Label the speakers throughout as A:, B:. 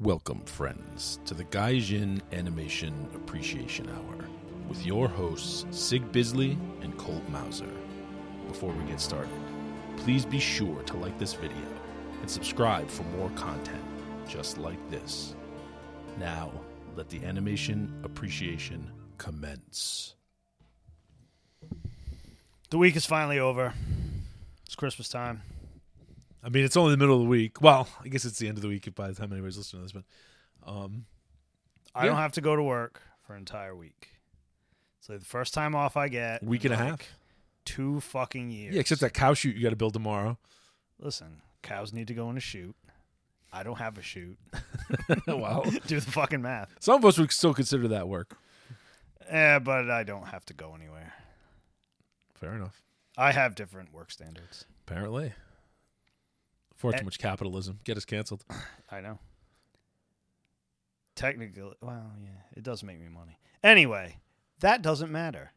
A: Welcome, friends, to the Gaijin Animation Appreciation Hour with your hosts, Sig Bisley and Colt Mauser. Before we get started, please be sure to like this video and subscribe for more content just like this. Now, let the animation appreciation commence.
B: The week is finally over. It's Christmas time.
C: I mean, it's only the middle of the week. Well, I guess it's the end of the week by the time anybody's listening to this, but um,
B: I
C: Yeah.
B: don't have to go to work for an entire week. So the first time off I get
C: week and a half.
B: two fucking years.
C: Yeah, except that cow shoot you got to build tomorrow.
B: Listen, cows need to go in a chute. I don't have a chute.
C: well,
B: Do the fucking math.
C: some of us would still consider that work.
B: Yeah, but I don't have to go anywhere.
C: Fair enough.
B: I have different work standards.
C: Apparently, for
B: Eh.
C: too much capitalism, get us canceled.
B: I know. Technically, well, yeah, it does make me money. Anyway, that doesn't matter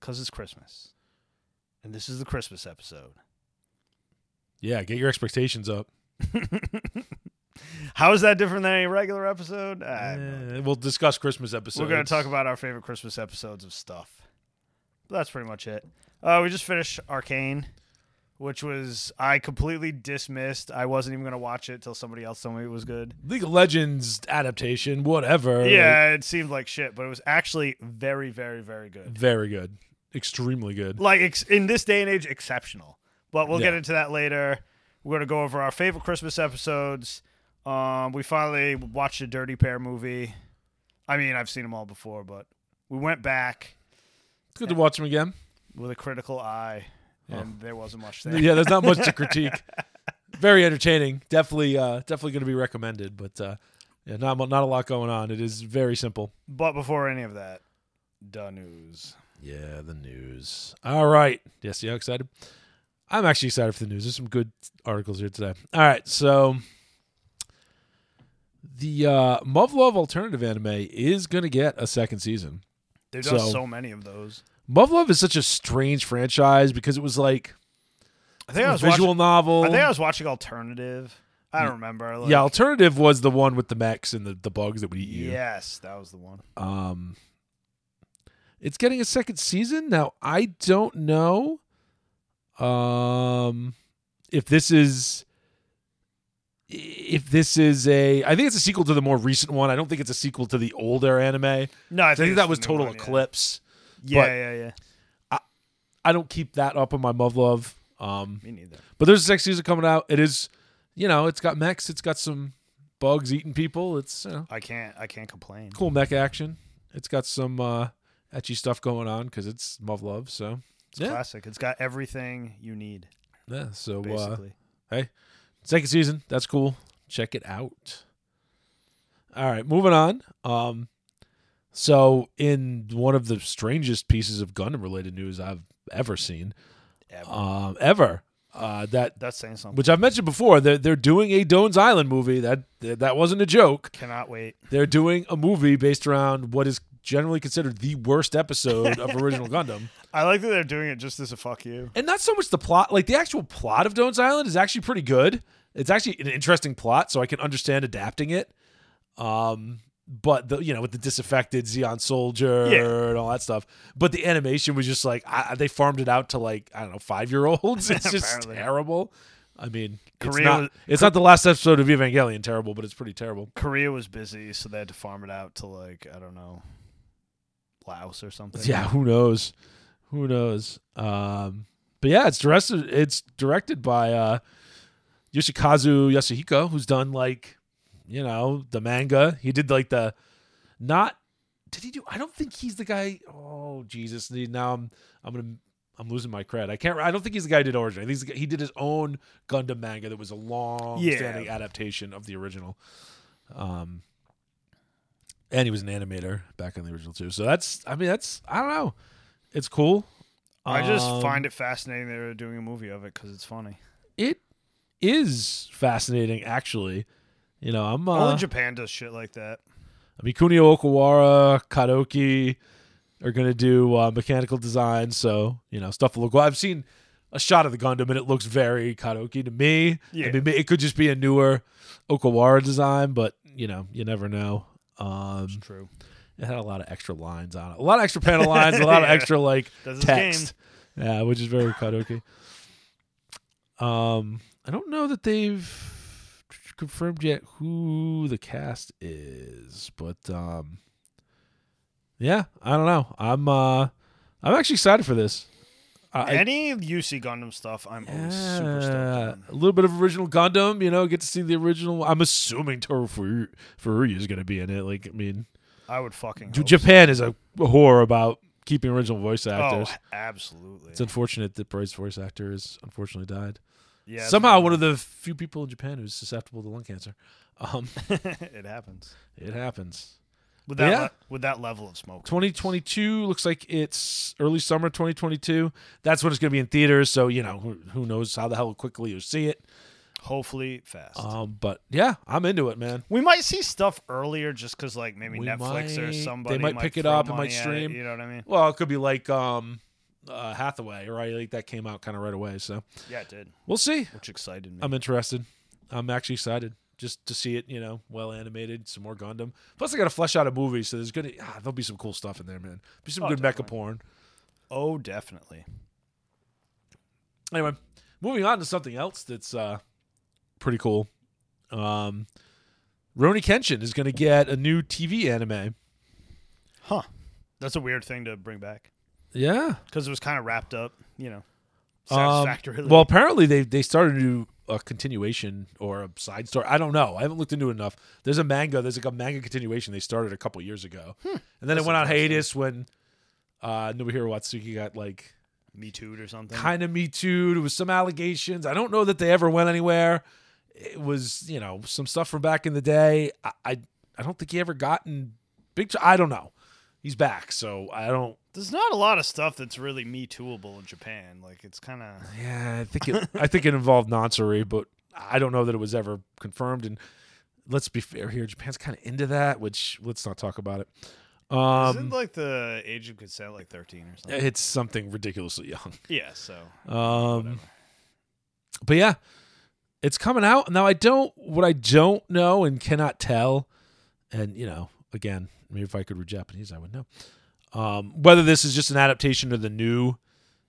B: because it's Christmas. And this is the Christmas episode.
C: Yeah, get your expectations up.
B: How is that different than any regular episode? I have no idea.
C: Eh, we'll discuss Christmas episodes.
B: We're going to talk about our favorite Christmas episodes of stuff. But that's pretty much it. Uh, we just finished Arcane, which was I completely dismissed. I wasn't even going to watch it till somebody else told me it was good.
C: League of Legends adaptation, whatever. like,
B: Yeah, it seemed like shit, but it was actually very, very, very good.
C: very good, extremely good.
B: Like ex- in this day and age, exceptional. But we'll get
C: Yeah.
B: into that later. We're going to go over our favorite Christmas episodes. Um, we finally watched a Dirty Pair movie. I mean, I've seen them all before, but we went back.
C: It's good to watch them again.
B: with a critical eye, and there wasn't much there.
C: yeah, there's not much to critique. Very entertaining. Definitely, uh, definitely going to be recommended. But uh, yeah, not mu- not a lot going on. It is very simple.
B: But before any of that, the news.
C: Yeah, the news. All right. Yes, yeah, excited. I'm actually excited for the news. There's some good articles here today. All right, so the uh, Muv Love alternative anime is going to get a second season.
B: They've done so,
C: So-
B: many of those.
C: Muv Love is such a strange franchise because it was like
B: I think I
C: a
B: was
C: visual
B: watching.
C: novel.
B: I think I was watching alternative. I don't remember. like-
C: yeah, alternative was the one with the mechs and the, the bugs that would eat you.
B: yes, that was the one.
C: Um, it's getting a second season now. I don't know, um, if this is if this is a. I think it's a sequel to the more recent one. I don't think it's a sequel to the older anime. I think,
B: No, I think, it's
C: that
B: the
C: was
B: new
C: Total
B: one, yeah.
C: Eclipse.
B: Yeah,
C: but-
B: yeah, yeah.
C: I don't keep that up on my Muv Love. Um,
B: Me neither.
C: but there's a second season coming out. It is, you know, it's got mechs. It's got some bugs eating people. It's you know,
B: I can't. I can't complain.
C: cool mech action. It's got some uh, etchy stuff going on because it's Muv Love. So
B: It's
C: yeah.
B: classic. It's got everything you need.
C: Yeah, so uh,
B: Basically,
C: second season, that's cool. Check it out. All right, moving on. Um, so in one of the strangest pieces of Gundam related news I've ever seen,
B: Ever.
C: um, ever, uh, that
B: that's saying something.
C: which I've mentioned before, they're they're doing a Dones Island movie. That that wasn't a joke.
B: Cannot wait.
C: They're doing a movie based around what is generally considered the worst episode of original Gundam.
B: I like that they're doing it just as a fuck you.
C: and not so much the plot like the actual plot of Dones Island is actually pretty good. It's actually an interesting plot, so I can understand adapting it. Um, but the you know with the disaffected Xeon soldier
B: Yeah.
C: and all that stuff, but the animation was just like I, I- they farmed it out to like I don't know five year olds. It's just
B: Apparently.
C: terrible. I mean, it's
B: Korea
C: not
B: was-
C: it's not the last episode of Evangelion terrible, but it's pretty terrible.
B: Korea was busy, so they had to farm it out to like I don't know, Laos or something.
C: Yeah, who knows? Who knows? Um, but yeah, it's directed. It's directed by uh, Yoshikazu Yasuhiko, who's done like, you know, the manga. He did like the, not. Did he do? I don't think he's the guy. Oh Jesus! Now I'm I'm gonna I'm losing my cred. I can't. I don't think he's the guy who did Origin. I think he's the guy, he did his own Gundam manga that was a long-standing
B: Yeah.
C: adaptation of the original. Um, and he was an animator back in the original too. So that's. I mean, that's. I don't know. It's cool.
B: I just
C: Um,
B: find it fascinating they're doing a movie of it because it's funny.
C: it is fascinating. Actually, you know, I'm. Uh,
B: Only Japan does shit like that.
C: I mean, Kunio Okawara, Kadoki are going to do uh, mechanical design. So, you know, stuff will look well. I've seen a shot of the Gundam and it looks very Kadoki to me.
B: Yeah.
C: I mean, it could just be a newer Okawara design, but, you know, you never know. Um,
B: It's true.
C: it had a lot of extra lines on it, a lot of extra panel lines, a lot of
B: Yeah.
C: extra like
B: That's his
C: text, yeah, which is very kadoki. Um, I don't know that they've confirmed yet who the cast is, but um, yeah, I don't know. I'm uh, I'm actually excited for this. I, I-
B: Any UC Gundam stuff, I'm always super stoked
C: yeah,
B: on.
C: a little bit of original Gundam, you know, get to see the original. I'm assuming Toru Furu- Furuya is going to be in it. Like, I mean,
B: I would fucking.
C: Dude,
B: Hope
C: Japan is a whore about keeping original voice
B: so.
C: actors.
B: Oh, absolutely.
C: It's unfortunate that Bray's voice actor has unfortunately died.
B: yeah.
C: Somehow, one of the few people in Japan who's susceptible to lung cancer. Um,
B: it happens
C: it happens.
B: with that
C: Yeah.
B: le- with that level of smoke.
C: 2022 looks like it's early summer 2022. That's when it's going to be in theaters. So you know, who, who knows how the hell quickly you'll see it.
B: Hopefully fast.
C: Um, but yeah, I'm into it, man.
B: we might see stuff earlier just because like maybe
C: We
B: Netflix
C: might-
B: or
C: they
B: somebody
C: might pick it
B: throw
C: up, it might
B: money at
C: stream.
B: you know what I mean?
C: Well, it could be like um, uh, Hathaway, right? Like that came out kind of right away. So
B: Yeah, it did,
C: we'll see.
B: which excited me.
C: I'm interested. I'm actually excited just to see it. You know, well animated, some more Gundam. Plus, I got to flesh out a movie, so there's gonna ah, there'll be some cool stuff in there, man. Be some
B: Oh,
C: good mecha
B: definitely.
C: porn.
B: oh, definitely.
C: Anyway, moving on to something else that's uh, pretty cool. Um, Roni Kenshin is gonna get a new TV anime.
B: Huh. That's a weird thing to bring back
C: Yeah.
B: because it was kind of wrapped up, you know,
C: Um,
B: satisfactorily.
C: well, apparently they they started to do a continuation or a side story. I don't know. I haven't looked into it enough. There's a manga. There's like a manga continuation they started a couple years ago, and then it
B: Hmm. That's
C: went on
B: interesting.
C: hiatus when uh, Nobuhiro Watsuki got like
B: Me Too or something.
C: kind of me too. There was some allegations. I don't know that they ever went anywhere. It was you know some stuff from back in the day. I I, I don't think he ever gotten big. I don't know. He's back, so I don't.
B: There's not a lot of stuff that's really Me Tooable in Japan. Like it's kind of
C: Yeah, I think it. I think it involved Nansuri, but I don't know that it was ever confirmed. And let's be fair here, Japan's kind of into that, which let's not talk about it. Um,
B: isn't like the age of consent like 13 or something.
C: it's something ridiculously young.
B: yeah, so
C: Um, but yeah, it's coming out now. I don't. What I don't know and cannot tell, and you know, again, maybe if I could read Japanese, I would know. Um, whether this is just an adaptation of the new,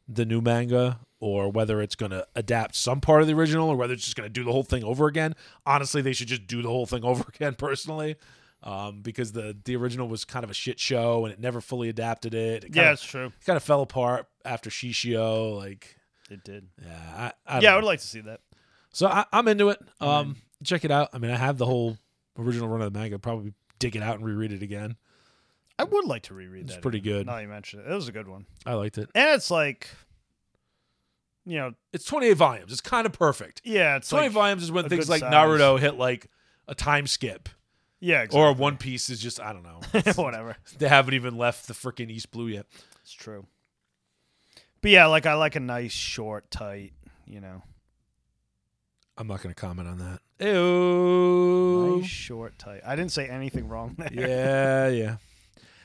C: the new manga, or whether it's going to adapt some part of the original, or whether it's just going to do the whole thing over again. Honestly, they should just do the whole thing over again. Personally. Um, because the the original was kind of a shit show and it never fully adapted it. It
B: yeah,
C: kind of,
B: it's true.
C: kind of fell apart after Shishio. Like
B: It did.
C: yeah, I, I
B: yeah, I
C: yeah.
B: would like to see that.
C: so I, I'm into it. Um, check it out. I mean, I have the whole original run of the manga. Probably dig it out and reread it again.
B: I would like to reread
C: It's
B: that.
C: pretty good.
B: Now you mentioned it, it was a good one,
C: I liked it.
B: and it's like, you know,
C: It's 28 volumes. It's kind of perfect.
B: yeah, it's
C: 20
B: like,
C: volumes is when
B: a
C: things
B: good
C: like
B: size.
C: Naruto hit like a time skip,
B: yeah,
C: or
B: exactly.
C: a One Piece is just I don't know.
B: whatever.
C: they haven't even left the freaking East Blue yet.
B: It's true. But yeah, like I like a nice short, tight, you know,
C: I'm not going to comment on that. Ew.
B: nice short, tight. I didn't say anything wrong there.
C: yeah, yeah.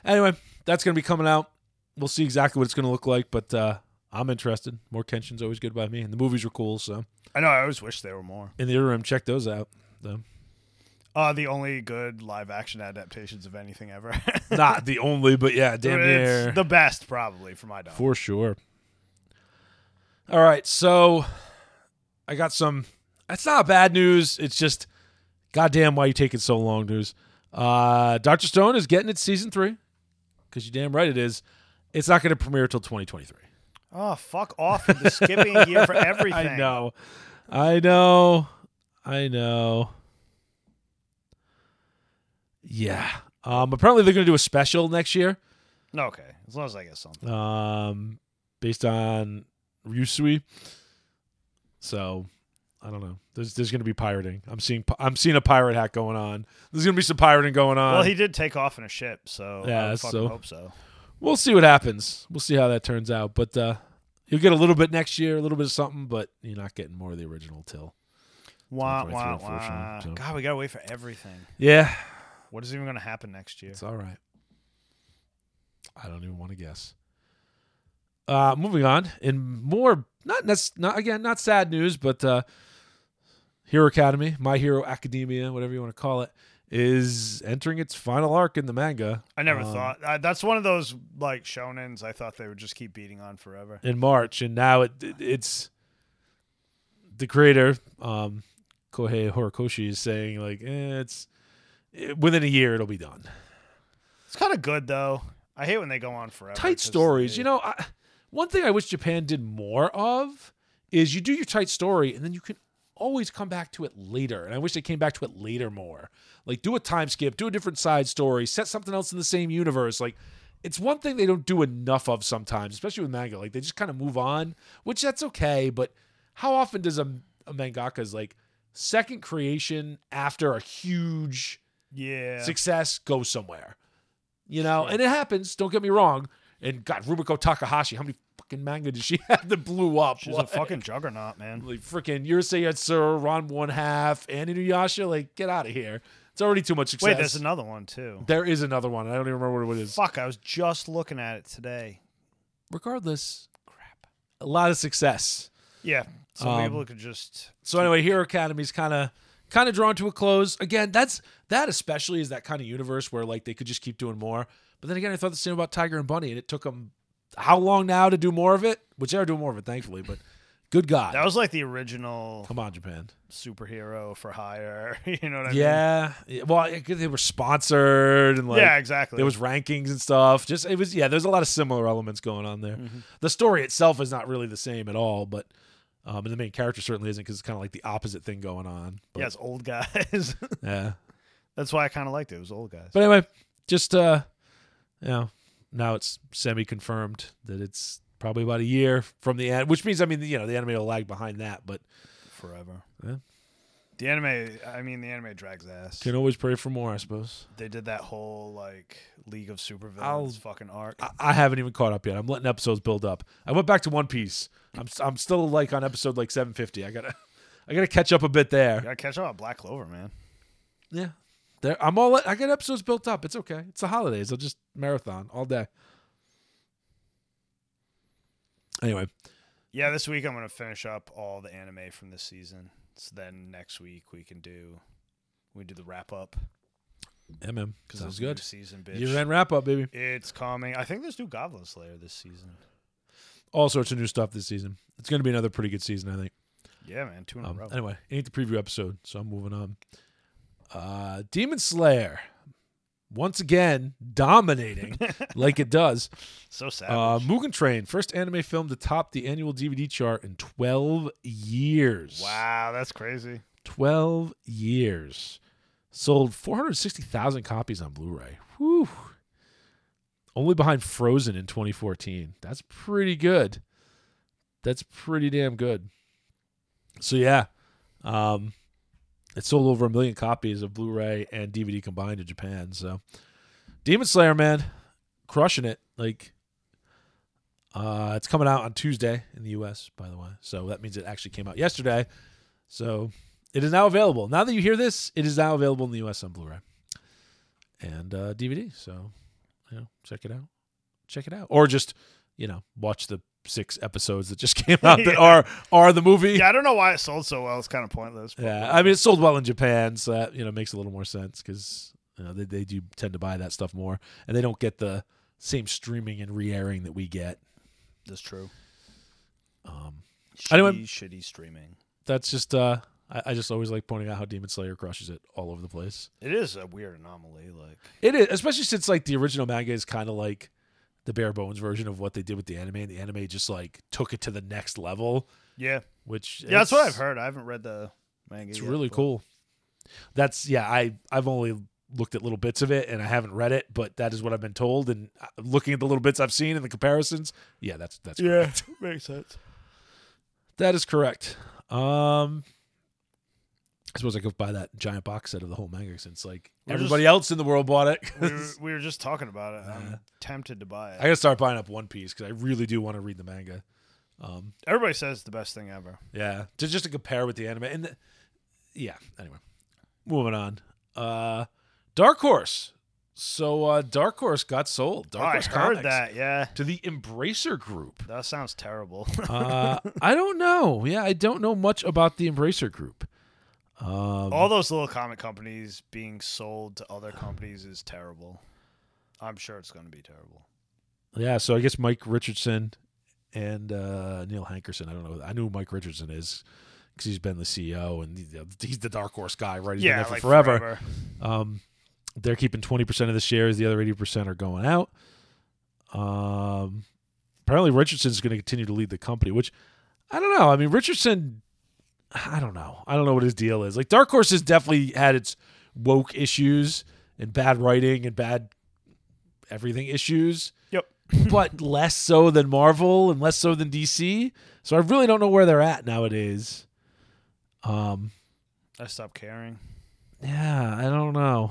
C: Anyway, that's going to be coming out. We'll see exactly what it's going to look like, but uh, I'm interested. More Kenshin's always good by me, and the movies were cool. So
B: I know. I always wish there were more.
C: in the interim, check those out. Though
B: Uh, the only good live action adaptations of anything ever.
C: not the only, but yeah, damn
B: it's
C: near
B: the best probably for my dog.
C: for sure. All right, so I got some. That's not bad news. It's just, goddamn, why you taking so long, news? Uh, Doctor Stone is getting its season three, because you damn right it is. It's not going to premiere till 2023.
B: oh, fuck off with the skipping a year for everything.
C: I know. I know. I know. Yeah. Um apparently they're going to do a special next year.
B: No, Okay, as long as I get something.
C: Um based on Ryusui. So, I don't know. There's there's going to be pirating. I'm seeing pi- I'm seeing a pirate hack going on. There's going to be some pirating going on.
B: well, he did take off in a ship, so
C: Yeah,
B: I would fucking
C: so-
B: hope so.
C: we'll see what happens. We'll see how that turns out, but uh you'll get a little bit next year, a little bit of something, but you're not getting more of the original till.
B: Wah,
C: 2023,
B: wah,
C: unfortunately,
B: wah.
C: so.
B: God, we gotta wait for everything.
C: Yeah.
B: What is even gonna happen next year?
C: It's all right. I don't even want to guess. Uh, moving on, in more not nec- not again not sad news, but uh, Hero Academy, My Hero Academia, whatever you want to call it, is entering its final arc in the manga.
B: I never
C: um,
B: thought I, that's one of those like shonens. I thought they would just keep beating on forever.
C: in March, and now it, it- it's the creator, um, Kohei Horikoshi, is saying like eh, it's it, within a year it'll be done.
B: It's kind of good though. I hate when they go on forever.
C: Tight
B: 'cause
C: stories,
B: they-
C: you know. I, one thing I wish Japan did more of is you do your tight story, and then you can always come back to it later. And I wish they came back to it later more. Like do a time skip, do a different side story, set something else in the same universe, like. It's one thing they don't do enough of sometimes, especially with manga. Like they just kind of move on, which that's okay. But how often does a, a mangaka's like second creation after a huge
B: Yeah.
C: success go somewhere. You know, and it happens. Don't get me wrong. And God, Rumiko Takahashi, how many fucking manga did she have that blew up?
B: She's
C: Like,
B: a fucking juggernaut, man.
C: like freaking Yurusei Yatsura, Ron One Half, and Inuyasha. Like, get out of here. It's already too much success.
B: Wait, there's another one too.
C: There is another one. I don't even remember what it is.
B: Fuck, I was just looking at it today.
C: Regardless, crap. A lot of success.
B: Yeah. Some
C: Um,
B: people could just
C: So anyway, Hero Academy's kind of kind of drawn to a close. Again, that's that especially is that kind of universe where like they could just keep doing more. But then again, I thought the same about Tiger and Bunny, and it took them how long now to do more of it? Which they are doing more of it, thankfully. But good God,
B: that was like the original
C: come on, Japan.
B: superhero for hire. You know what I mean?
C: yeah, yeah. well, I guess they were sponsored and like
B: yeah, exactly.
C: there was rankings and stuff. Just it was yeah. There's a lot of similar elements going on there.
B: Mm-hmm.
C: The story itself is not really the same at all, but. Um, and the main character certainly isn't because it's kind of like the opposite thing going on. But,
B: yeah, it's old guys.
C: Yeah.
B: That's why I kind of liked it. It was old guys.
C: But anyway, just uh, you know, now it's semi-confirmed that it's probably about a year from the end, which means I mean, you know, the anime will lag behind that, but
B: Forever.
C: Yeah.
B: The anime, I mean, the anime drags ass.
C: can always pray for more, I suppose.
B: they did that whole like League of
C: I'll-
B: Supervillains fucking arc.
C: I, I haven't even caught up yet. I'm letting episodes build up. I went back to One Piece. I'm s- I'm still like on episode like 750. I gotta I gotta catch up a bit there.
B: gotta catch up on Black Clover, man.
C: Yeah. There, I'm all. I got episodes built up. It's okay. It's the holidays. I'll just marathon all day. Anyway,
B: Yeah, this week I'm gonna finish up all the anime from this season. So then next week we can do we do the wrap up
C: mm,
B: because
C: sounds good.
B: Season bitch.
C: Year end wrap up, baby.
B: It's coming. I think there's new Goblin Slayer this season.
C: all sorts of new stuff this season. It's going to be another pretty good season, I think.
B: Yeah, man, two in a
C: Um,
B: row.
C: anyway, it ain't the preview episode, so I'm moving on. Uh, Demon Slayer, once again dominating like it does.
B: So sad.
C: Uh, Mugen Train, first anime film to top the annual DVD chart in 12 years.
B: wow, that's crazy.
C: 12 years. Sold 460,000 copies on Blu ray. Whew. Only behind Frozen in 2014. That's pretty good. That's pretty damn good. So, yeah. Um, it sold over a million copies of Blu ray and DVD combined in Japan. So, Demon Slayer, man, crushing it. Like, uh, it's coming out on Tuesday in the US, by the way. So, that means it actually came out yesterday. So, it is now available. Now that you hear this, it is now available in the U.S. on Blu-ray and uh, DVD. So, you know, check it out. Check it out, or just you know, watch the six episodes that just came out that
B: Yeah.
C: are are the movie.
B: Yeah, I don't know why it sold so well. It's kind of pointless. but
C: Yeah, I mean, it sold well in Japan, so that you know makes a little more sense because you know they they do tend to buy that stuff more, and they don't get the same streaming and re-airing that we get.
B: that's true.
C: Um,
B: Shitty,
C: Anyway.
B: shitty streaming.
C: that's just uh, I, I just always like pointing out how Demon Slayer crushes it all over the place.
B: It is a weird anomaly. Like,
C: It is, especially since like the original manga is kind of like the bare bones version of what they did with the anime, and the anime just like took it to the next level.
B: yeah,
C: Which
B: yeah, that's what I've
C: it's-
B: heard. I haven't read the manga.
C: It's
B: yet,
C: really
B: but-
C: cool. That's yeah. I I've only looked at little bits of it, and I haven't read it, but that is what I've been told. And uh, looking at the little bits I've seen and the comparisons, yeah, that's that's
B: Yeah, makes sense.
C: That is correct. Um I suppose I could buy that giant box set of the whole manga since like
B: We're
C: everybody else in the world bought it.
B: We
C: 'cause
B: were, we were just talking about it.
C: Yeah.
B: I'm tempted to buy
C: I
B: it.
C: gotta start buying up One Piece because I really do want to read the manga. Um,
B: Everybody says it's the best thing ever.
C: yeah, to just to compare with the anime and the, yeah. Anyway, moving on. Uh, Dark Horse. So uh, Dark Horse got sold. Dark
B: Oh, I
C: Horse
B: heard
C: Comics
B: that. Yeah,
C: to the Embracer Group.
B: that sounds terrible.
C: Uh, I don't know. Yeah, I don't know much about the Embracer Group. Um,
B: All those little comic companies being sold to other companies is terrible. I'm sure it's going to be terrible.
C: yeah, so I guess Mike Richardson and uh, Neil Hankerson. I don't know. I knew who Mike Richardson is because he's been the CEO and he's the- he's the dark horse guy, right? He's been
B: yeah,
C: there for
B: like
C: forever. Um, they're keeping 20% of the shares. The other 80% are going out. Um, apparently, Richardson's going to continue to lead the company, which I don't know. I mean, Richardson, I don't know. I don't know what his deal is. Like, Dark Horse has definitely had its woke issues and bad writing and bad everything issues.
B: Yep.
C: but less so than Marvel and less so than DC. So I really don't know where they're at nowadays. Um,
B: I stopped caring.
C: yeah, I don't know.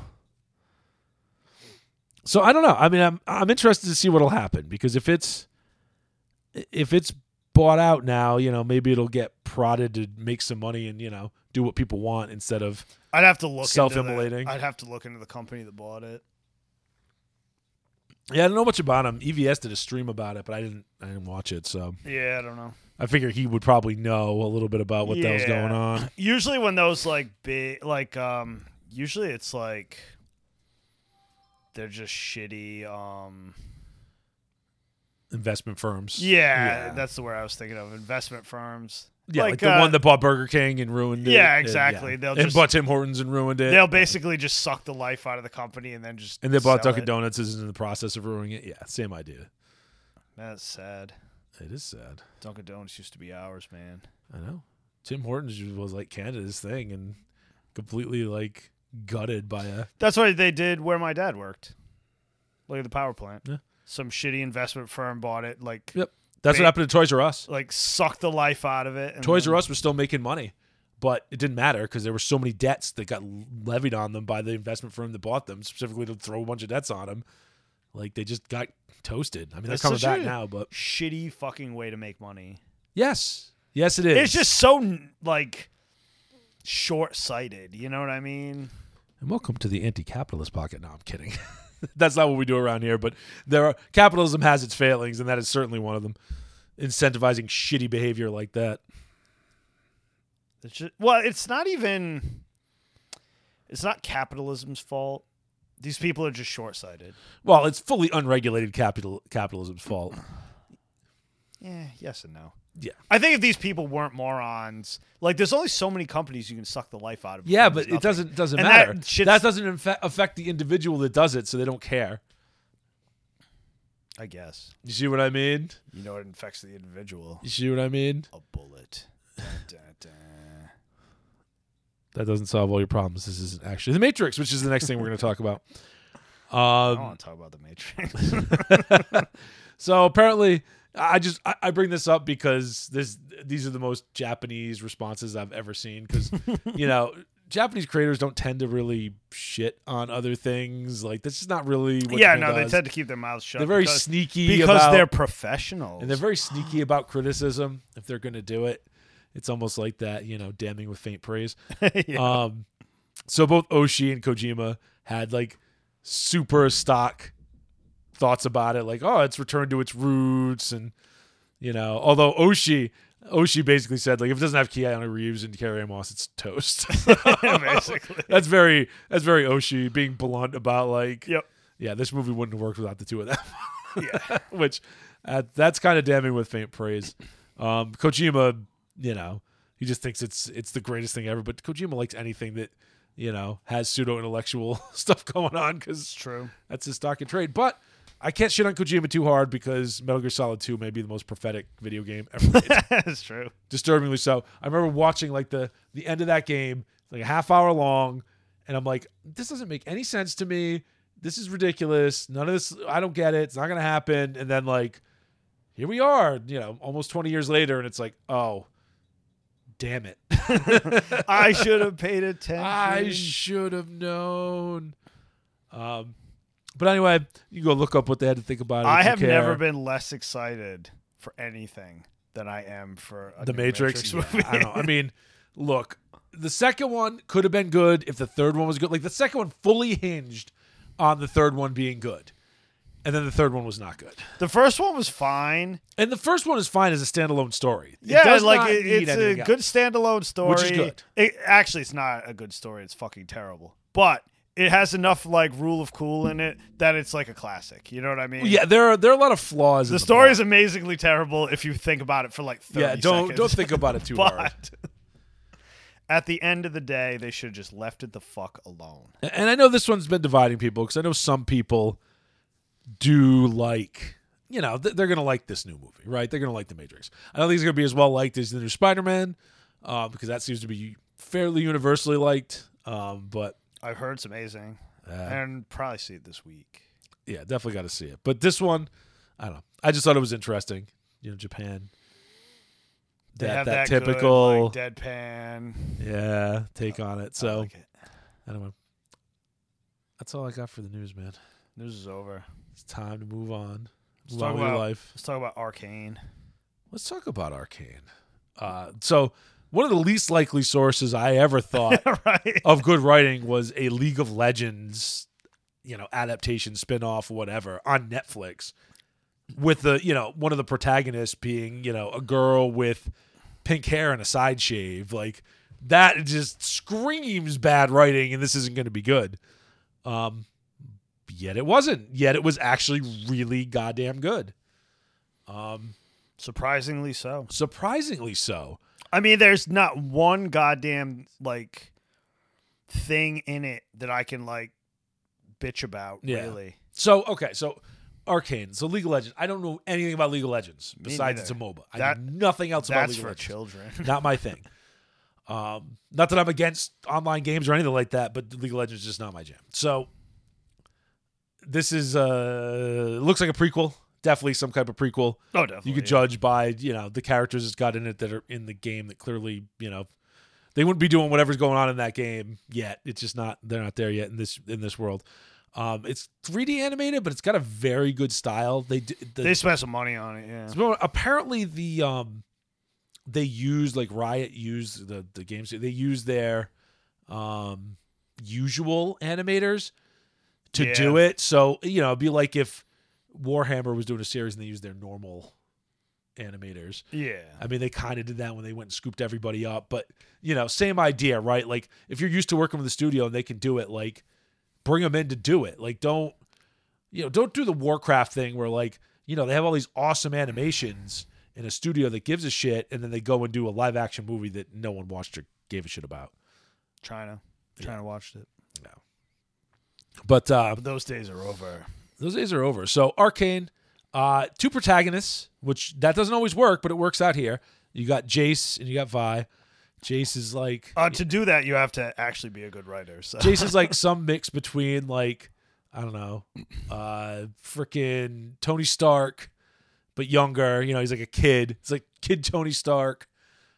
C: So I don't know. I mean, I'm I'm interested to see what'll happen because if it's if it's bought out now, you know, maybe it'll get prodded to make some money and you know do what people want instead of
B: I'd have to look into the-
C: Self-immolating.
B: I'd have to look into the company that bought it.
C: yeah. I don't know much about him. EVS did a stream about it, but I didn't I didn't watch it, so
B: Yeah, I don't know.
C: I figure he would probably know a little bit about what that was
B: Yeah.
C: going on.
B: Usually when those like big like um usually it's like they're just shitty um
C: Investment firms,
B: yeah, that's the word I was thinking of. Investment firms.
C: yeah, like,
B: like,
C: the
B: uh,
C: one that bought Burger King and ruined it.
B: Yeah,
C: and-
B: exactly. They'll
C: And,
B: just-
C: bought Tim Hortons and ruined it.
B: They'll basically just suck the life out of the company and then just
C: and they bought
B: sell
C: Dunkin'
B: it.
C: Donuts is in the process of ruining it. Yeah, same idea.
B: That's sad.
C: It is sad.
B: Dunkin' Donuts used to be ours, man.
C: I know. Tim Hortons was like Canada's thing and completely like gutted by a
B: That's what they did where my dad worked. Look at the power plant.
C: Yeah.
B: Some shitty investment firm bought it, like
C: Yep. That's
B: Ba- Mm-hmm.
C: what happened to Toys R Us.
B: like sucked the life out of it. And
C: Toys
B: then-
C: R Us was still making money, but it didn't matter because there were so many debts that got levied on them by the investment firm that bought them, specifically to throw a bunch of debts on them. Like they just got toasted. I mean,
B: That's
C: they're coming
B: such
C: back
B: a-
C: now, but
B: Shitty fucking way to make money.
C: yes, yes, it is.
B: It's just so like short sighted. You know what I mean?
C: And welcome to the anti-capitalist pocket. No, I'm kidding. That's not what we do around here, but there are capitalism has its failings, and that is certainly one of them. Incentivizing shitty behavior like that.
B: It's just well, it's not even. It's not capitalism's fault. These people are just short sighted.
C: Well, it's fully unregulated capital capitalism's fault.
B: Yeah. Yes and no.
C: Yeah.
B: I think if these people weren't morons, like there's only so many companies you can suck the life out of.
C: Yeah,
B: before
C: but
B: there's
C: it doesn't doesn't
B: And that
C: matter. That,
B: shit's-
C: doesn't in fa- affect the individual that does it, so they don't care.
B: nothing, I guess
C: You see what I mean?
B: you know it infects the individual.
C: You see what I mean?
B: A bullet. Dun, dun, dun.
C: That doesn't solve all your problems. This isn't actually the Matrix, which is the next thing we're going to talk about.
B: I don't
C: Um,
B: want to talk about the Matrix.
C: So apparently, I just I, I bring this up because this these are the most Japanese responses I've ever seen. Because you know, Japanese creators don't tend to really shit on other things. Like that's just not really what
B: yeah,
C: Japan
B: no, they
C: does.
B: tend to keep their mouths shut.
C: They're very
B: because,
C: sneaky
B: because
C: about-
B: they're professionals.
C: and they're very sneaky about criticism if they're going to do it. It's almost like that, you know, damning with faint praise.
B: Yeah.
C: Um, so both Oshi and Kojima had like super stock thoughts about it, like oh, it's returned to its roots, and you know, although Oshi. Oshi basically said, like, if it doesn't have Keanu Reeves and Carrie Moss, it's toast. Uh,
B: basically.
C: that's very that's very Oshi being blunt about like,
B: Yep.
C: yeah, this movie wouldn't have worked without the two of them.
B: Yeah.
C: which uh, that's kind of damning with faint praise. Um, Kojima, you know, he just thinks it's it's the greatest thing ever. But Kojima likes anything that you know has pseudo intellectual stuff going on
B: It's
C: because
B: true.
C: that's his stock and trade. But I can't shit on Kojima too hard because Metal Gear Solid Two may be the most prophetic video game ever. made
B: it's true.
C: disturbingly so. I remember watching like the the end of that game, it's like a half hour long, and I'm like, this doesn't make any sense to me. This is ridiculous. None of this, I don't get it. It's not gonna happen. And then like, here we are, you know, almost 20 years later, and it's like, oh, damn it,
B: I should have paid attention.
C: I should have known. Um, but anyway, you can go look up what they had to think about it.
B: I
C: if you
B: have never
C: care.
B: been less excited for anything than I am for a
C: the
B: new
C: Matrix.
B: movie.
C: Yeah, I, don't know. I mean, look, the second one could have been good if the third one was good. Like the second one fully hinged on the third one being good. and then the third one was not good.
B: The first one was fine.
C: And the first one is fine as a standalone story. It
B: yeah,
C: does
B: like
C: not
B: it,
C: need
B: it's a
C: anything else.
B: good standalone story.
C: Which is good.
B: It, actually, it's not a good story. It's fucking terrible. But it has enough like rule of cool in it that it's like a classic. You know what I mean?
C: Yeah, there are there are a lot of flaws. in
B: The story
C: plot.
B: is amazingly terrible if you think about it for like thirty
C: yeah. Don't
B: seconds.
C: don't think about it too hard.
B: but at the end of the day, they should have just left it the fuck alone.
C: And I know this one's been dividing people because I know some people do like, you know, th- they're going to like this new movie, right? They're going to like The Matrix. I don't think it's going to be as well liked as the new Spider Man uh, because that seems to be fairly universally liked. Um, but
B: I've heard it's amazing,
C: uh,
B: and probably see it this week.
C: yeah, definitely got to see it. But this one, I don't know. I just thought it was interesting. You know, Japan.
B: They have that, good,
C: typical,
B: like, deadpan.
C: yeah, take on it.
B: I
C: So
B: like it.
C: I don't know. That's all I got for the news, man.
B: news is over.
C: It's time to move on.
B: Let's
C: Love
B: talk
C: your
B: about-
C: life.
B: Let's talk about Arcane.
C: Let's talk about Arcane. Uh, so, one of the least likely sources I ever thought
B: right.
C: of good writing was a League of Legends, you know, adaptation, spin-off, whatever, on Netflix with the, you know, one of the protagonists being, you know, a girl with pink hair and a side shave. Like that just screams bad writing and this isn't going to be good. Um yet it wasn't. Yet it was actually really goddamn good. Um
B: Surprisingly so.
C: surprisingly so.
B: I mean, there's not one goddamn like thing in it that I can like bitch about.
C: Yeah.
B: Really,
C: So okay, so Arcane, so League of Legends. I don't know anything about League of Legends besides
B: neither.
C: it's a MOBA. I
B: That-
C: know nothing else about
B: that's
C: League
B: for
C: of Legends.
B: children.
C: Not my thing. Um, not that I'm against online games or anything like that, but League of Legends is just not my jam. So this is uh looks like a prequel. Definitely some type of prequel.
B: oh, definitely.
C: You could
B: yeah.
C: judge by you know the characters it's got in it that are in the game that clearly you know they wouldn't be doing whatever's going on in that game yet. It's just not they're not there yet in this in this world. Um, it's 3D animated, but it's got a very good style. They d- the,
B: They spent some money on it. Yeah.
C: so apparently the um they used like Riot used the the games they used their um usual animators to
B: Yeah.
C: do it. So, you know, it'd be like if Warhammer was doing a series and they used their normal animators.
B: Yeah.
C: I mean, they kind of did that when they went and scooped everybody up, but you know, same idea, right? Like if you're used to working with the studio and they can do it, like bring them in to do it. Like don't you know, don't do the Warcraft thing where like, you know, they have all these awesome animations in a studio that gives a shit and then they go and do a live action movie that no one watched or gave a shit about.
B: China. China watched it.
C: But uh
B: But those days are over.
C: those days are over. So Arcane, uh, two protagonists, which that doesn't always work, but it works out here. You got Jace and you got Vi. Jace is like
B: Uh, to do that, you have to actually be a good writer. So
C: Jason's like some mix between like I don't know, uh freaking Tony Stark, but younger. You know, he's like a kid. It's like kid Tony Stark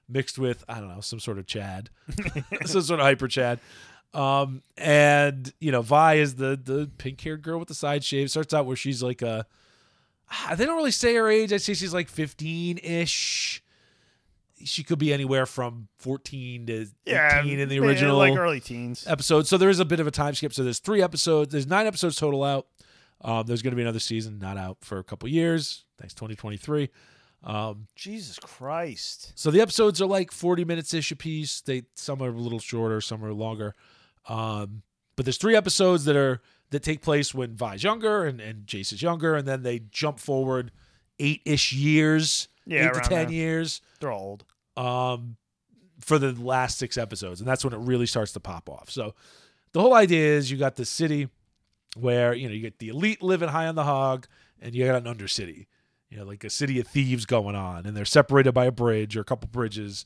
C: mixed with I don't know some sort of Chad, some sort of hyper Chad. Um, and you know, Vi is the the pink haired girl with the side shave. Starts out where she's like a ah, they don't really say her age. I'd say she's like fifteen ish. She could be anywhere from fourteen to
B: yeah,
C: eighteen in the
B: yeah,
C: original Uh,
B: like early teens.
C: episodes. So there is a bit of a time skip. So there's three episodes. There's nine episodes total out. Um, there's going to be another season not out for a couple years. Thanks, 2023. Um,
B: Jesus Christ.
C: so the episodes are like 40 minutes ish a piece. They some are a little shorter, some are longer. Um, but there's three episodes that are that take place when Vi's younger and and Jace is younger, and then they jump forward eight ish years,
B: Yeah,
C: eight to
B: around
C: ten
B: there.
C: years
B: They're all old.
C: um, for the last six episodes, and that's when it really starts to pop off. So the whole idea is you got this city where you know you get the elite living high on the hog, and you got an undercity, you know, like a city of thieves going on, and they're separated by a bridge or a couple bridges,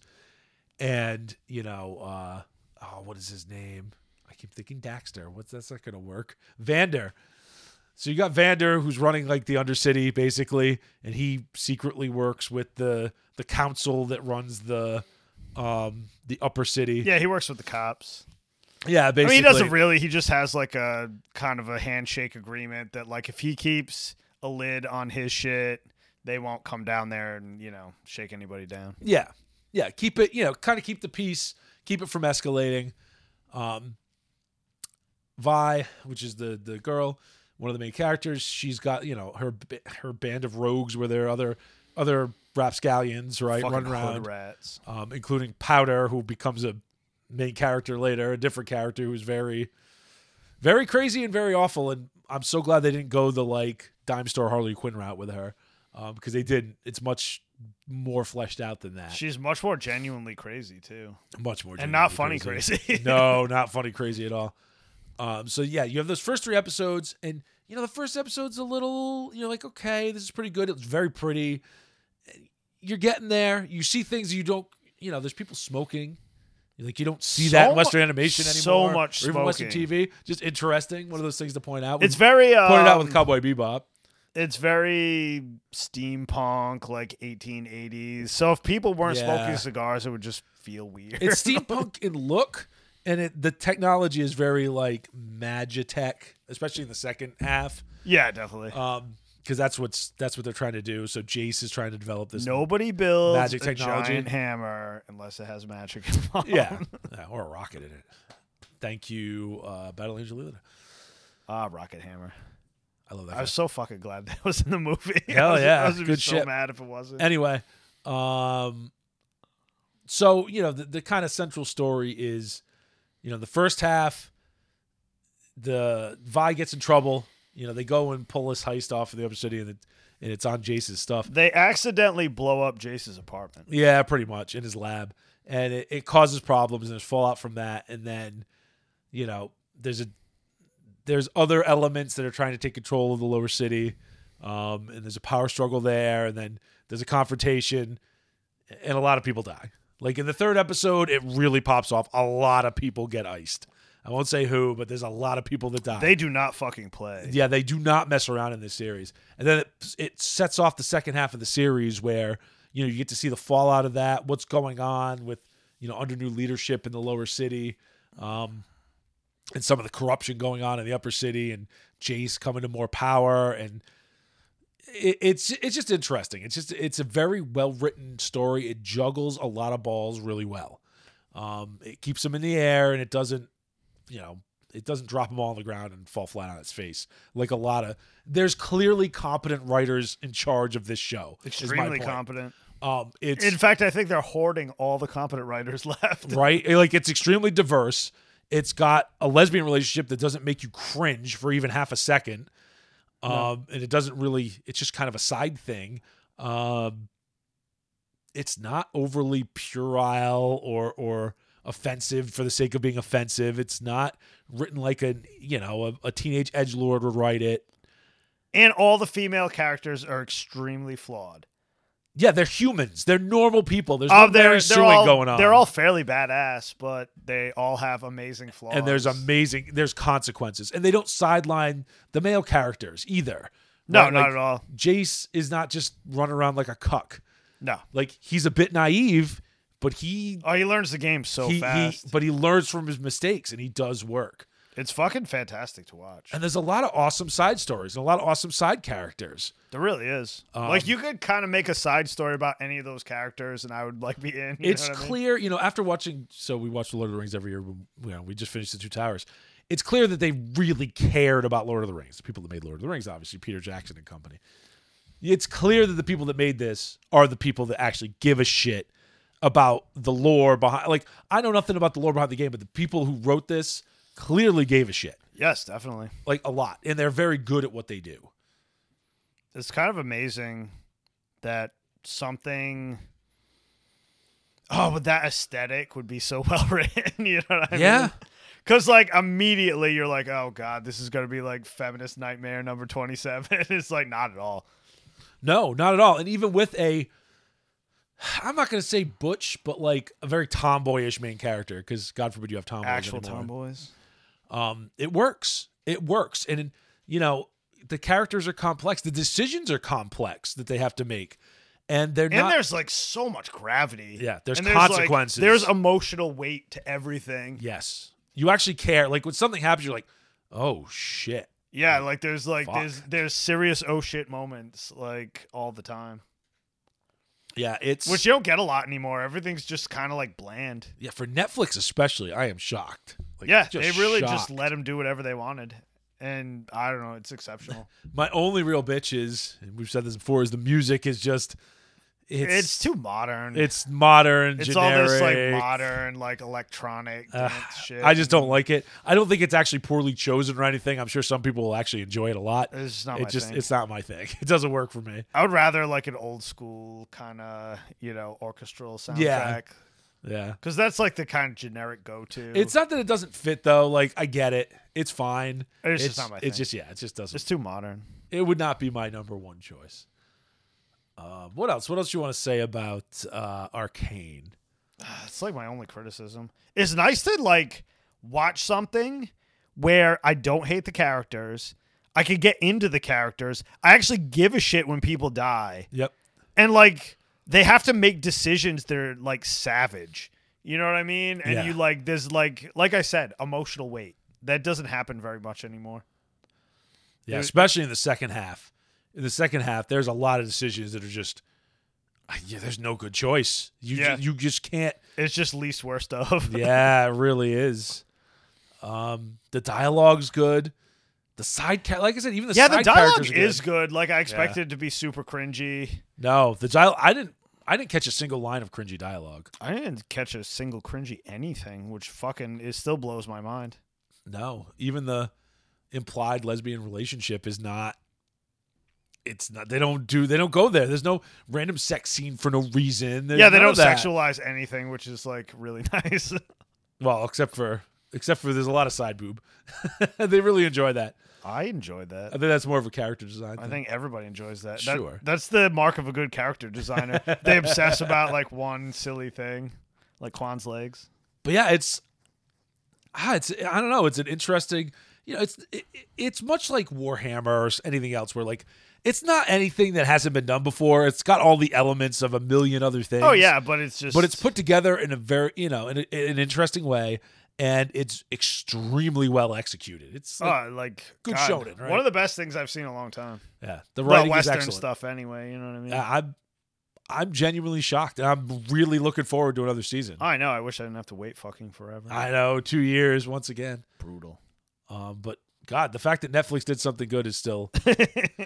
C: and you know, uh, oh, what is his name? I keep thinking Daxter. What's that's not going to work? Vander. So you got Vander, who's running like the Undercity, basically, and he secretly works with the the council that runs the um the upper city.
B: Yeah, he works with the cops.
C: yeah
B: I mean,
C: basically.
B: he doesn't really. He just has like a kind of a handshake agreement that like if he keeps a lid on his shit, they won't come down there and you know shake anybody down.
C: yeah, yeah. Keep it, you know, kind of keep the peace, keep it from escalating. Um, Vi, which is the the girl, one of the main characters. She's got you know her b- her band of rogues where there are other other rapscallions right run
B: Fucking hood
C: around,
B: rats.
C: um, including Powder, who becomes a main character later, a different character who's very, very crazy and very awful. And I'm so glad they didn't go the like dime store Harley Quinn route with her because they didn't. It's much more fleshed out than that.
B: She's much more genuinely crazy too,
C: much more
B: and not
C: genuinely
B: funny crazy.
C: no, not funny crazy at all. Um, so yeah, you have those first three episodes, and you know the first episode's a little, you know, like okay, this is pretty good. It's very pretty. You're getting there. You see things you don't, you know. There's people smoking. Like you don't see
B: So
C: that in
B: mu-
C: Western animation anymore.
B: so much
C: or even Western
B: smoking.
C: TV. Just interesting. One of those things to point out.
B: it's
C: We
B: very um,
C: pointed out with Cowboy Bebop.
B: it's very steampunk, like 1880s. So if people weren't
C: Yeah.
B: smoking cigars, it would just feel weird.
C: It's steampunk in look, and it the technology is very like magitech, especially in the second half.
B: yeah, definitely.
C: um because that's what's that's what they're trying to do so jace is trying to develop this
B: Nobody builds
C: magic
B: a
C: technology.
B: giant hammer unless it has magic involved.
C: yeah Yeah, or a rocket in it thank you uh battle angel Alita.
B: Ah, rocket hammer.
C: i love that
B: I
C: guy.
B: was so fucking glad that was in the movie. I
C: Hell
B: was-
C: yeah,
B: I was gonna be
C: good
B: so
C: shit.
B: mad if it wasn't.
C: anyway um so you know the, the kind of central story is you know the first half the vi gets in trouble you know they go and pull this heist off of the upper city and, it, and it's on jace's stuff
B: They accidentally blow up Jace's apartment.
C: Yeah, pretty much in his lab, and it, it causes problems and there's fallout from that, and then you know there's a there's other elements that are trying to take control of the lower city, um, and there's a power struggle there, and then there's a confrontation, and a lot of people die. Like in the third episode, it really pops off. A lot of people get iced. I won't say who, but there's a lot of people that die.
B: They do not fucking play.
C: Yeah, they do not mess around in this series. And then it, it sets off the second half of the series where, you know, you get to see the fallout of that, what's going on with, you know, under new leadership in the lower city, um, and some of the corruption going on in the upper city and Jace coming to more power and it, it's it's just interesting. It's just it's a very well written story. It juggles a lot of balls really well. Um, it keeps them in the air and it doesn't, you know, it doesn't drop them all on the ground and fall flat on its face like a lot of. There's clearly competent writers in charge of this show. is my
B: Extremely
C: point.
B: competent.
C: Um, it's
B: In fact, I think they're hoarding all the competent writers left.
C: right? Like it's extremely diverse. It's got a lesbian relationship that doesn't make you cringe for even half a second. Um, and it doesn't really, it's just kind of a side thing. Um, it's not overly puerile or, or offensive for the sake of being offensive. It's not written like a, you know, a, a teenage edge lord would write it.
B: And all the female characters are extremely flawed.
C: Yeah, they're humans. They're normal people. There's
B: Oh,
C: no Mary Sue
B: all,
C: going on.
B: They're all fairly badass, but they all have amazing flaws.
C: and there's amazing there's consequences and they don't sideline the male characters either
B: no,
C: Right?
B: not
C: Like,
B: at all.
C: jace is not just running around like a cuck
B: No.
C: like he's a bit naive but he
B: Oh, he learns the game so
C: he, he
B: fast.
C: but he learns from his mistakes and he does work
B: it's fucking fantastic to watch.
C: and there's a lot of awesome side stories and a lot of awesome side characters
B: There really is. like
C: Um,
B: you could kind of make a side story about any of those characters, and I would like be in. you
C: it's
B: know what I mean?
C: clear, you know, after watching, so we watch the Lord of the Rings every year. when- You know, we just finished the Two Towers. It's clear that they really cared about Lord of the Rings. The people that made Lord of the Rings, obviously Peter Jackson and company. It's clear that the people that made this are the people that actually give a shit about the lore behind. Like, I know nothing about the lore behind the game, but the people who wrote this clearly gave a shit,
B: Yes, definitely.
C: like a lot, and they're very good at what they do.
B: It's kind of amazing that something. Oh, but that aesthetic would be so well written. You know what I mean?
C: Yeah.
B: Because like immediately you're like, oh god, this is gonna be like feminist nightmare number twenty seven. it's like not at all.
C: No, not at all. And even with a, I'm not going to say butch, but like a very tomboyish main character, because God forbid you have tomboys.
B: Actual
C: anymore.
B: tomboys.
C: Um, it works. It works. And, you know, the characters are complex. The decisions are complex that they have to make. And they're
B: And
C: not.
B: there's like so much gravity.
C: Yeah, there's
B: And like,
C: consequences.
B: there's emotional weight to everything.
C: yes. You actually care. Like when something happens, you're like, oh, shit.
B: Yeah, like there's like
C: Fuck.
B: there's there's serious oh shit moments like all the time,
C: Yeah. It's.
B: which you don't get a lot anymore. Everything's just kind of like bland.
C: yeah, for Netflix especially, I am shocked. Like,
B: Yeah,
C: just
B: they really just
C: shocked.
B: let them do whatever they wanted, and I don't know, it's exceptional.
C: My only real bitch is, and we've said this before, is the music is just
B: It's,
C: it's
B: too modern.
C: it's modern,
B: it's
C: generic.
B: all this like modern, like electronic
C: Uh,
B: dance shit.
C: I just don't like it. I don't think it's actually poorly chosen or anything. I'm sure some people will actually enjoy it a lot.
B: It's just not
C: it
B: my
C: just
B: thing.
C: it's not my thing. It doesn't work for me.
B: I would rather like an old school kind of you know orchestral soundtrack.
C: Yeah. Yeah.
B: Because that's like the kind of generic go to.
C: It's not that it doesn't fit though. Like I get it. It's fine.
B: It's just not my
C: It's
B: thing.
C: just yeah. It just doesn't.
B: it's too modern.
C: it would not be my number one choice. Um, what else? What else you want to say about uh, Arcane?
B: It's like my only criticism. It's nice to like watch something where I don't hate the characters. I could get into the characters. I actually give a shit when people die.
C: Yep.
B: and like they have to make decisions that are like savage you know what i mean and
C: Yeah.
B: you like there's like like i said emotional weight that doesn't happen very much anymore
C: Yeah,
B: There-
C: especially in the second half. In the second half, there's a lot of decisions that are just yeah, there's no good choice. You ju-
B: Yeah.
C: you just can't.
B: it's just least worst of
C: Yeah, it really is. Um, the dialogue's good. The side ca- like I said, even the
B: yeah the
C: side
B: dialogue
C: characters are
B: is
C: good.
B: good like i expected it to be super cringy
C: No, the dial. I didn't. I didn't catch a single line of cringy dialogue.
B: i didn't catch a single cringy anything which fucking it still blows my mind
C: No, even the implied lesbian relationship is not. It's not. They don't do. They don't go there. There's no random sex scene for no reason. There's
B: yeah they
C: none of
B: don't
C: that.
B: sexualize anything which is like really nice
C: Well, except for except for there's a lot of side boob. they really enjoy that.
B: i enjoyed
C: I
B: that
C: think that's more of a character design.
B: I
C: thing.
B: think everybody enjoys that. That-
C: Sure.
B: That's the mark of a good character designer. they obsess about like one silly thing, like Quan's legs.
C: But yeah, it's ah, it's I don't know. It's an interesting. You know, it's it, it's much like Warhammer or s- anything else, where like it's not anything that hasn't been done before. It's got all the elements of a million other things.
B: Oh yeah, but it's just
C: but it's put together in a very you know in, a, in an interesting way, and it's extremely well executed. It's like,
B: oh, like
C: good
B: God,
C: shonen, right?
B: One of the best things I've seen in a long time.
C: yeah, the
B: Well,
C: writing is
B: Western
C: excellent. Ah.
B: stuff, anyway. You know what I mean?
C: Yeah, I'm I'm genuinely shocked, and I'm really looking forward to another season.
B: I know. I wish I didn't have to wait fucking forever.
C: I know two years once again,
B: Brutal.
C: um, but God, the fact that Netflix did something good is still.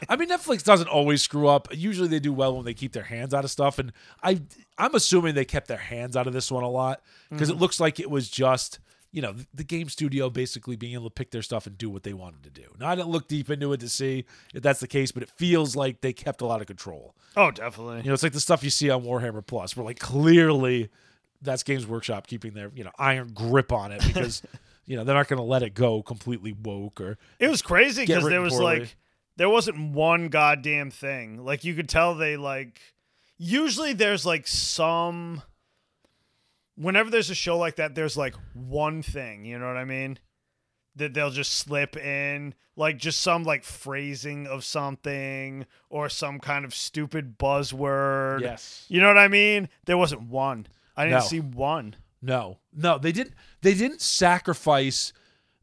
C: I mean, Netflix doesn't always screw up. Usually, they do well when they keep their hands out of stuff, and I I'm assuming they kept their hands out of this one a lot because it looks like it was just. You know, the- the game studio basically being able to pick their stuff and do what they wanted to do. Now, I didn't look deep into it to see if that's the case, but it feels like they kept a lot of control.
B: oh, definitely.
C: You know, it's like the stuff you see on Warhammer Plus, where like clearly that's Games Workshop keeping their you know iron grip on it because you know they're not going to let it go completely woke or
B: It was crazy
C: get
B: because there
C: written
B: was
C: poorly.
B: like there wasn't one goddamn thing. Like you could tell they like usually there's like some whenever there's a show like that, there's like one thing, you know what I mean? That they'll just slip in, like just some like phrasing of something or some kind of stupid buzzword.
C: yes
B: You know what I mean? There wasn't one. I didn't
C: No.
B: see one.
C: no no they didn't they didn't sacrifice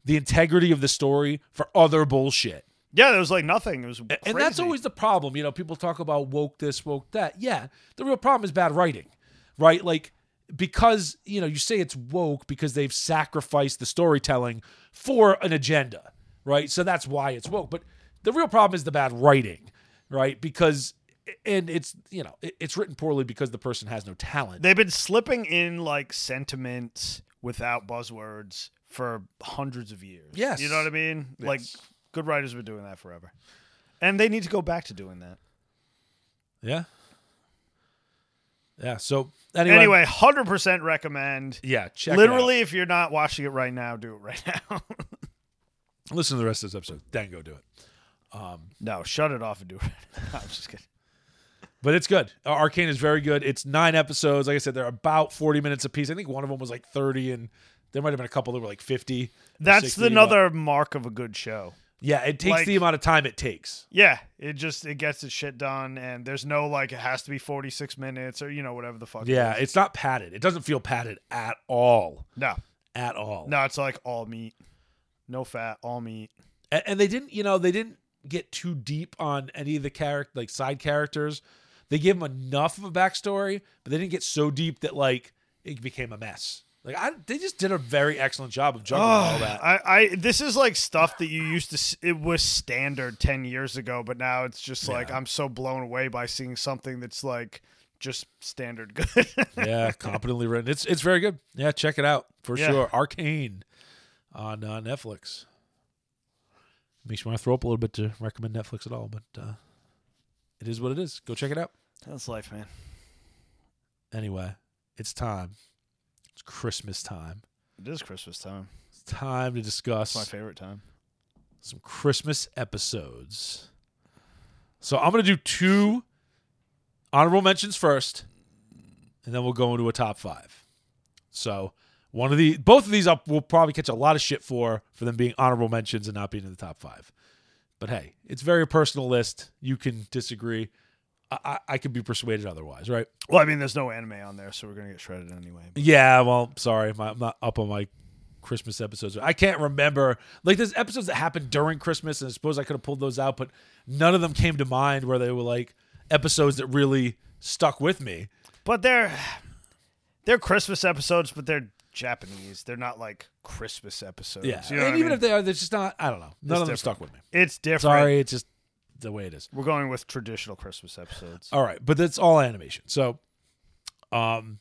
C: the integrity of the story for other bullshit
B: Yeah, there was like nothing. It was crazy.
C: and that's always the problem you know people talk about woke this woke that yeah the real problem is bad writing right like because you know you say it's woke because they've sacrificed the storytelling for an agenda right so that's why it's woke but the real problem is the bad writing right because and it's you know it- it's written poorly because the person has no talent
B: They've been slipping in like sentiments without buzzwords for hundreds of years.
C: Yes.
B: You know what I mean? Like good writers have been doing that forever. And they need to go back to doing that.
C: yeah yeah so anyway,
B: Anyway, 100% recommend.
C: yeah check it out.
B: Literally, if you're not watching it right now, do it right now.
C: listen to the rest of this episode then go do it
B: no, shut it off and do it. Right now. I'm just kidding.
C: But it's good. Uh, Arcane is very good. It's nine episodes. Like I said, they're about 40 minutes apiece. I think one of them was like 30, and there might have been a couple that were like 50. or
B: That's
C: 60,
B: another mark of a good show.
C: but- yeah, it takes
B: like-
C: the amount of time it takes.
B: Yeah, it just it gets its shit done, and there's no like it has to be 46 minutes or you know whatever the fuck. it
C: Yeah,
B: is.
C: it's not padded. It doesn't feel padded at all.
B: no,
C: At all.
B: no, it's like all meat, no fat, all meat.
C: A- And, they didn't, you know, they didn't get too deep on any of the character, like side characters. They gave them enough of a backstory, but they didn't get so deep that like it became a mess. Like I, they just did a very excellent job of juggling all
B: Oh,
C: that.
B: I, I this is like stuff that you used to. s- It was standard ten years ago, but now it's just like I'm so blown away by seeing something that's like just standard good.
C: yeah, competently written. It's it's very good. Yeah, check it out for
B: Yeah.
C: sure. Arcane on uh, Netflix. Makes me want to throw up a little bit to recommend Netflix at all, but uh, it is what it is. Go check it out.
B: that's life, man.
C: Anyway, it's time. It's Christmas time.
B: It is Christmas time.
C: It's time to discuss
B: It's my favorite time.
C: some Christmas episodes. So I'm going to do two honorable mentions first, and then we'll go into a top five. So one of the both of these up will probably catch a lot of shit for for them being honorable mentions and not being in the top five. But hey, it's very personal list. You can disagree. I, I, I could be persuaded otherwise, right?
B: Well, I mean, there's no anime on there, so we're gonna get shredded anyway. but-
C: Yeah, well, sorry, my, I'm not up on my Christmas episodes. I can't remember like there's episodes that happened during Christmas, and I suppose I could have pulled those out, but none of them came to mind where they were like episodes that really stuck with me.
B: But they're they're Christmas episodes, but they're Japanese. They're not like Christmas episodes.
C: Yeah,
B: you know
C: and
B: what I
C: even
B: mean?
C: if they are, they're just not. I don't know. None of them
B: different.
C: stuck with me.
B: it's different.
C: Sorry, it's just the way it is.
B: We're going with traditional Christmas episodes.
C: All right, but that's all animation. So, um,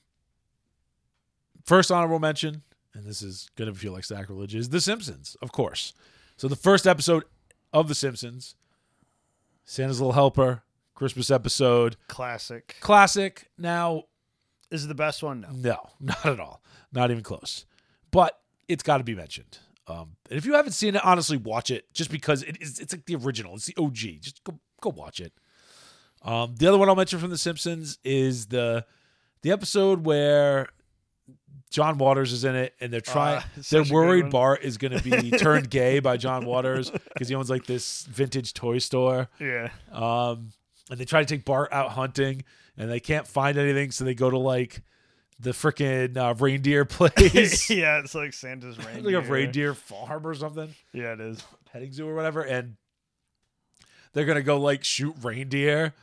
C: first honorable mention, and this is gonna feel like sacrilege, is The Simpsons, of course. So the first episode of The Simpsons, Santa's Little Helper, Christmas episode,
B: Classic.
C: classic. Now,
B: Is it the best one? No.
C: no, not at all, not even close. But it's got to be mentioned. Um, and if you haven't seen it, honestly, watch it. Just because it is, it's like the original. It's the OG. Just go go watch it. Um, the other one I'll mention from The Simpsons is the the episode where John Waters is in it, and they're trying.
B: Uh,
C: they're
B: such a good
C: worried
B: one.
C: Bart is going to be turned gay by John Waters because he owns like this vintage toy store.
B: Yeah.
C: Um, and they try to take Bart out hunting, and they can't find anything, so they go to like the freaking uh, reindeer place,
B: yeah, it's like Santa's
C: like
B: reindeer.
C: a reindeer farm or something,
B: Yeah, it is.
C: petting zoo or whatever, and they're gonna go like shoot reindeer,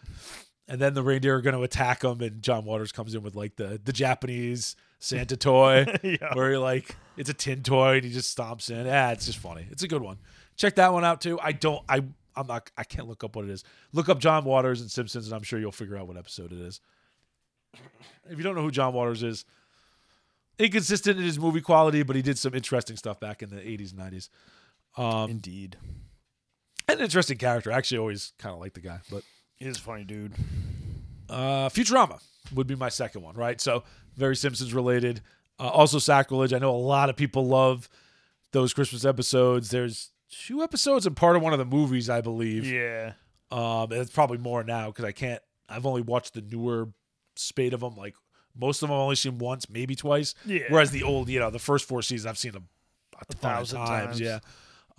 C: and then the reindeer are gonna attack them, and John Waters comes in with like the the Japanese Santa toy,
B: yeah.
C: where he like it's a tin toy and he just stomps in. Ah, it's just funny. It's a good one. Check that one out too. I don't. I I'm not. I can't look up what it is. Look up John Waters and Simpsons, and I'm sure you'll figure out what episode it is. If you don't know who John Waters is, inconsistent in his movie quality, but he did some interesting stuff back in the 80s, 90s. Um,
B: Indeed.
C: an interesting character. I actually always kind of liked the guy, but
B: He's a funny dude.
C: uh, Futurama would be my second one, right? So very Simpsons related. Uh, also Sacrilege. I know a lot of people love those Christmas episodes. There's two episodes and part of one of the movies, I believe.
B: Yeah.
C: Um, and it's probably more now because I can't. I've only watched the newer spate of them. Like most of them, I've only seen once, maybe twice.
B: Yeah.
C: Whereas the old, you know, the first four seasons, I've seen them a, ton of
B: thousand
C: times.
B: times.
C: Yeah.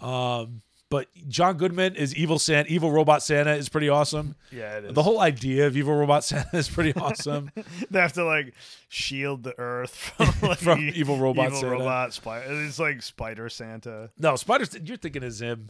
C: Um, but John Goodman is Evil Santa. Evil Robot Santa is pretty awesome.
B: Yeah, it is.
C: The whole idea of Evil Robot Santa is pretty awesome.
B: they have to like shield the earth from, like,
C: From evil robot
B: evil
C: Santa.
B: robot spider. It's like Spider Santa.
C: no, Spider, you're thinking of Zim.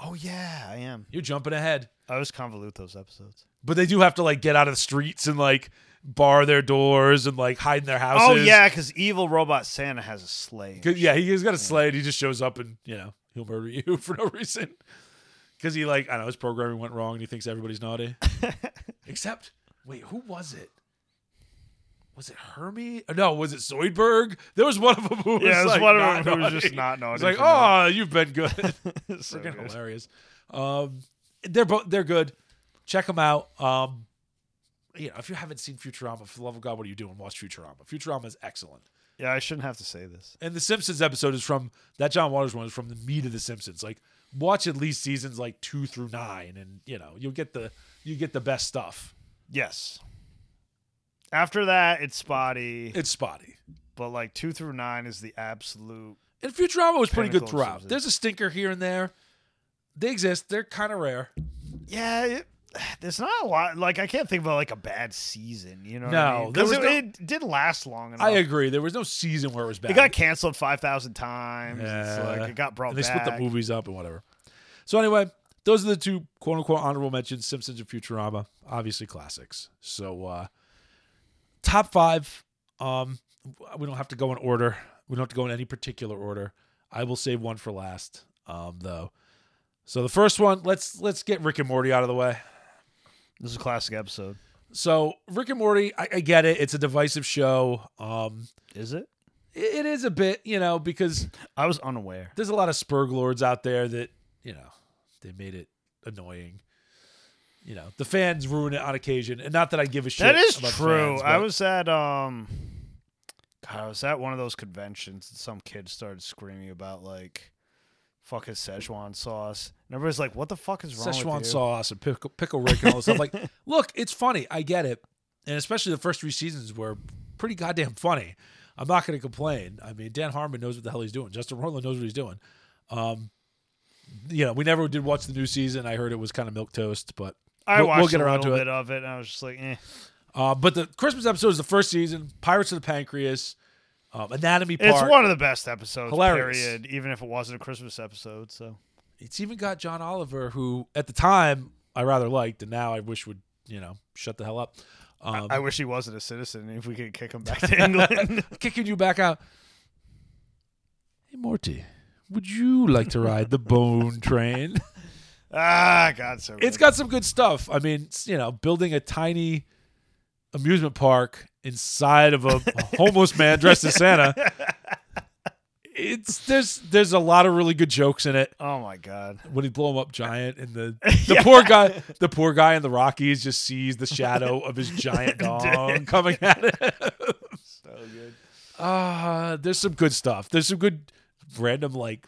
B: Oh yeah, I am.
C: You're jumping ahead.
B: I always convolute those episodes.
C: But they do have to like get out of the streets and like bar their doors and like hide in their houses.
B: Oh yeah, because evil robot Santa has a sleigh.
C: 'Cause, yeah, he, has got a sleigh. And he just shows up and you know he'll murder you for no reason because he like I don't know his programming went wrong and he thinks everybody's naughty. Except wait, who was it? Was it Hermie? Uh, No, was it Zoidberg? There was one of them who was
B: Yeah, it was
C: like,
B: one
C: not
B: of them who was
C: naughty.
B: just not naughty.
C: It's like,
B: for no-
C: oh, you've been good.
B: It's so
C: freaking
B: good.
C: hilarious. Um, they're both they're good. Check them out. Um, you know, if you haven't seen Futurama, for the love of God, what are you doing? Watch Futurama. Futurama is excellent.
B: Yeah, I shouldn't have to say this.
C: And the Simpsons episode is from that John Waters one is from the meat of the Simpsons. Like watch at least seasons like two through nine, and you know you'll get the you get the best stuff.
B: Yes. After that, it's spotty,
C: It's spotty.
B: but like two through nine is the absolute.
C: And Futurama was pretty
B: Pinnacle
C: good
B: of
C: throughout.
B: Simpsons.
C: There's a stinker here and there. They exist. They're kind of rare.
B: Yeah, it, there's not a lot. Like I can't think about like a bad season. You know? what I
C: No,
B: mean?
C: there
B: 'Cause
C: was
B: it,
C: no-
B: it did last long enough.
C: I agree. There was no season where it was bad.
B: It got canceled five thousand times. It's
C: Yeah.
B: like it got brought
C: and they
B: back.
C: split the movies up and whatever. So anyway, those are the two quote unquote honorable mentions: Simpsons and Futurama, obviously classics. So uh top five. Um, we don't have to go in order. We don't have to go in any particular order. I will save one for last, um, though. So the first one, let's let's get Rick and Morty out of the way.
B: This is a classic episode.
C: So Rick and Morty, I, I get it. It's a divisive show. Um,
B: Is it?
C: it- it is a bit, you know, because
B: I was unaware.
C: there's a lot of Spurglords out there that you know they made it annoying. You know, the fans ruin it on occasion, and not that I give a shit.
B: That is
C: about
B: true.
C: fans,
B: I
C: but-
B: was at um God, I was at one of those conventions and some kid started screaming about like fucking Szechuan sauce. And everybody's like, what the fuck is wrong
C: Szechuan
B: with you?
C: sauce and pickle, pickle Rick and all this stuff. Like, look, it's funny. I get it, and especially the first three seasons were pretty goddamn funny. I'm not going to complain. I mean, Dan Harmon knows what the hell he's doing. Justin Roiland knows what he's doing. Um, you know, we never did watch the new season. I heard it was kind of milk toast, but
B: I
C: We'll- we'll
B: watched
C: get
B: a
C: around
B: little
C: to it.
B: bit of it and I was just like, eh.
C: uh, but the Christmas episode is the first season. Pirates of the Pancreas, um, Anatomy Park.
B: It's one of the best episodes,
C: Hilarious.
B: period, even if it wasn't a Christmas episode, so
C: it's even got John Oliver, who at the time I rather liked, and now I wish would you know shut the hell up. Um,
B: I wish he wasn't a citizen if we could kick him back to England.
C: kicking you back out. Hey, Morty, would you like to ride the bone train?
B: ah, God, so
C: it's
B: good.
C: got some good stuff. I mean, it's, you know, building a tiny amusement park inside of a homeless man dressed as Santa. It's there's there's a lot of really good jokes in it.
B: Oh my God.
C: When he blow him up giant and the the poor guy the poor guy in the Rockies just sees the shadow of his giant dong coming at him.
B: So good.
C: Uh there's some good stuff. There's some good random like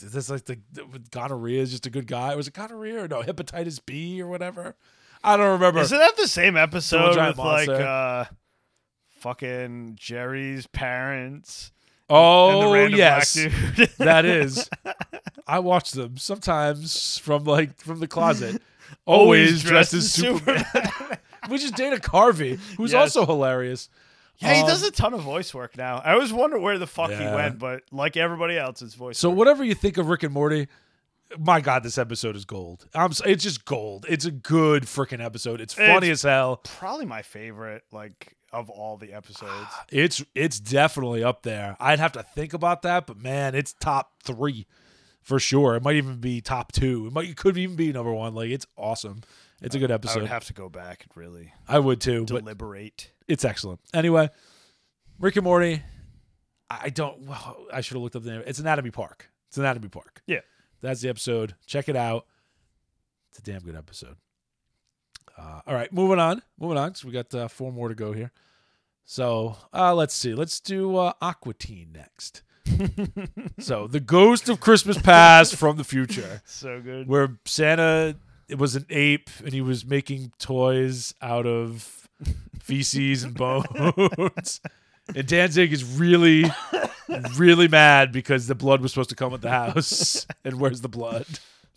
C: this like the, the with gonorrhea is just a good guy. Was it gonorrhea or no hepatitis B or whatever? I don't remember.
B: Isn't that the same
C: Little
B: episode
C: Giant
B: with like
C: Monster.
B: uh, fucking Jerry's parents? and the
C: oh
B: random
C: yes,
B: black dude?
C: that is. I watch them sometimes from like from the closet. Always
B: Always
C: dressed as
B: dressed as
C: Superman, which is Dana Carvey, who's
B: Yes.
C: also hilarious.
B: yeah, he
C: Um,
B: does a ton of voice work now. I always wonder where the fuck
C: Yeah.
B: he went, but like everybody else, it's voice.
C: So
B: work.
C: whatever you think of Rick and Morty, my God, this episode is gold. I'm, s- it's just gold. It's a good freaking episode. It's funny as hell.
B: probably my favorite, like of all the episodes.
C: It's it's definitely up there. I'd have to think about that, but man, it's top three for sure. It might even be top two. It might it could even be number one. Like it's awesome. It's a good
B: I would
C: episode.
B: have to go back and really
C: I would too, but
B: deliberate.
C: it's excellent. Anyway, Rick and Morty. I I don't. Well, I should have looked up the name. It's Anatomy Park. It's Anatomy Park.
B: Yeah.
C: that's the episode. Check it out. It's a damn good episode. Uh, all right, moving on. Moving on. So we got uh, four more to go here. So uh, let's see. Let's do uh, Aquatine next. so the ghost of Christmas past from the future
B: So good.
C: where Santa it was an ape and he was making toys out of feces and bones. And Danzig is really, really mad because the blood was supposed to come at the house. And where's the blood?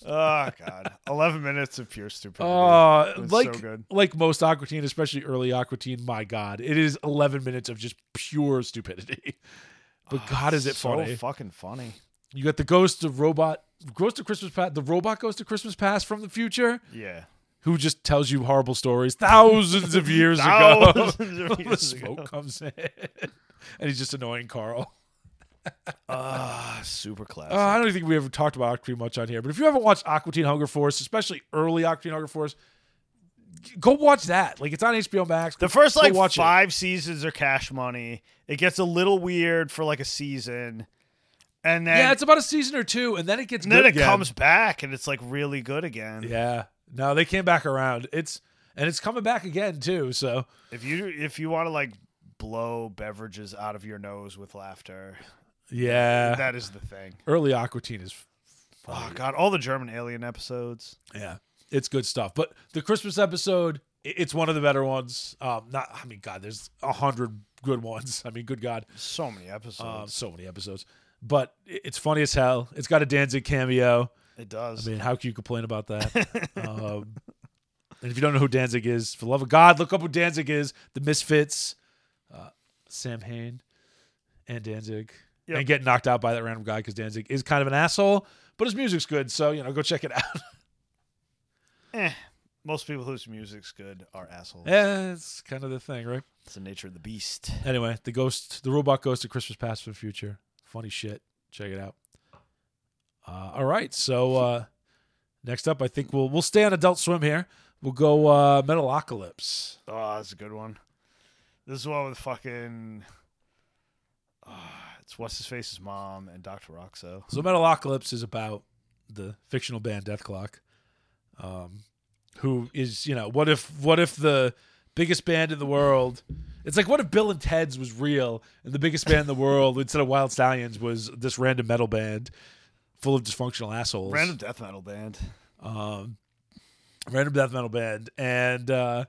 B: oh god, eleven minutes of pure stupidity.
C: Uh,
B: It's so
C: like
B: good.
C: like most Aquatine, especially early Aquatine, my God, it is 11 minutes of just pure stupidity. But God, is it
B: Oh, so
C: funny?
B: fucking funny.
C: you got the ghost of robot, ghost of Christmas past, the robot ghost of Christmas past from the future.
B: Yeah.
C: who just tells you horrible stories thousands of years ago.
B: Thousands of
C: the
B: years ago.
C: smoke comes in, and he's just annoying Carl.
B: Ah, super classic.
C: Uh, I don't think we ever talked about Aquatine much on here, but if you haven't watched Aquatine Hunger Force, especially early Aquatine Hunger Force, g- go watch that. Like it's on HBO Max.
B: the first
C: Go
B: like
C: watch it.
B: five seasons are cash money. It gets a little weird for like a season, and then
C: yeah, it's about a season or two, and then it gets
B: and then
C: good
B: it
C: again.
B: comes back and it's like really good again.
C: Yeah, no, they came back around. It's and it's coming back again too. So
B: If you if you want to like blow beverages out of your nose with laughter,
C: yeah,
B: that is the thing.
C: early Aquatine is
B: Oh god, all the German Alien episodes.
C: Yeah, it's good stuff. But the Christmas episode, i- it's one of the better ones. Um, not, I mean, God, there's a hundred good ones. I mean, good God,
B: So many
C: um,
B: episodes.
C: so many episodes. But i- it's funny as hell. It's got a Danzig cameo.
B: it does.
C: I mean, how can you complain about that? um, and if you don't know who Danzig is, for the love of God, look up who Danzig is. The Misfits, uh, Sam Hain, and Danzig,
B: Yep.
C: and get knocked out by that random guy because Danzig is kind of an asshole. But his music's good, so you know, go check it out.
B: Eh, most people whose music's good are assholes.
C: Yeah, it's kind of the thing, right?
B: It's the nature of the beast.
C: Anyway, the ghost, the robot ghost of Christmas Past for the Future. Funny shit. Check it out. Uh, all right, so uh, next up, I think we'll we'll stay on Adult Swim here. We'll go uh, Metalocalypse.
B: Oh, that's a good one. This is one with fucking. Ah, it's what's his face's mom and Doctor Roxo.
C: So Metalocalypse is about the fictional band Death Clock, um, who is you know what if what if the biggest band in the world? It's like what if Bill and Ted's was real and the biggest band in the world instead of Wild Stallions was this random metal band full of dysfunctional assholes.
B: Random death metal band.
C: um, random death metal band, and uh,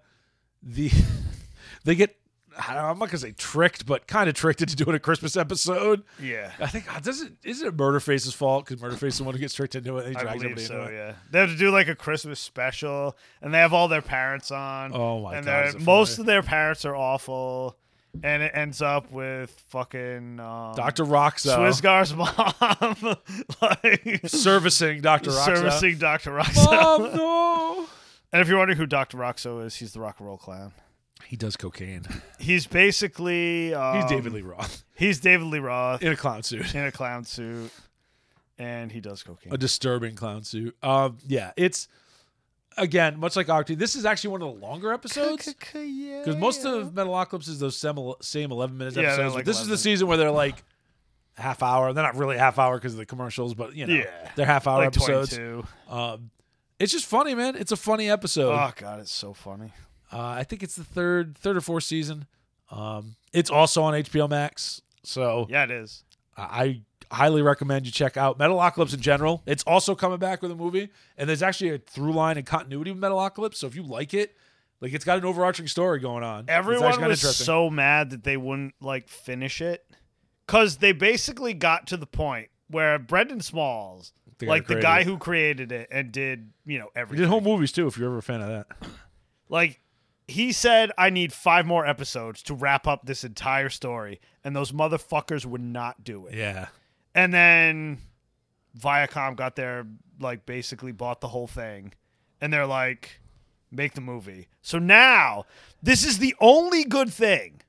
C: the they get I don't- I'm not gonna say tricked, but kind of tricked into doing a Christmas episn't
B: Yeah,
C: think does it isn't it Murderface's fault because Murderface is the one who gets tricked into it. And he
B: I
C: drags
B: believe
C: everybody
B: so.
C: into it.
B: Yeah, they have to do like a Christmas special, and they have all their parents on.
C: Oh my
B: and
C: God,
B: they're-
C: is it
B: most
C: funny.
B: of their parents are awful, and it ends up with fucking um,
C: Doctor Roxo
B: Swizgar's mom, like
C: servicing Doctor Roxo.
B: servicing Doctor
C: Mom,
B: Roxo.
C: no.
B: and if you're wondering who Doctor Roxo is, he's the rock and roll clown.
C: He does cocaine.
B: He's basically um,
C: He's David Lee Roth
B: He's David Lee Roth
C: in a clown suit,
B: in a clown suit, and he does cocaine.
C: a disturbing clown suit. Um, yeah, it's again much like Octane. This is actually one of the longer episodes. Because most of Metalocalypse is those same, same 11 minutes
B: Yeah, they're
C: episodes. but
B: like
C: this is the
B: 11.
C: season where they're like half hour. They're not really half hour because of the commercials, but you know,
B: Yeah.
C: they're half hour
B: like
C: episodes.
B: 22.
C: Um, it's just funny, man. It's a funny episode.
B: Oh god, it's so funny.
C: Uh, I think it's the third, third or fourth season. Um, it's also on HBO Max. So
B: Yeah, it is.
C: I I highly recommend you check out Metalocalypse in general. It's also coming back with a movie, and there's actually a through line and continuity with Metalocalypse. So if you like it, like it's got an overarching story going on. It's actually
B: Everyone
C: kinda
B: was
C: interesting.
B: so mad that they wouldn't like finish it because they basically got to the point where Brendan Smalls,
C: The guy who
B: like the
C: created
B: guy
C: it.
B: who created it and did you know
C: We
B: everything,
C: did home movies too, if you're ever a fan of that.
B: like he said, I need five more episodes to wrap up this entire story, and those motherfuckers would not do it.
C: Yeah.
B: And then Viacom got their like basically bought the whole thing and they're like make the movie. So now this is the only good thing.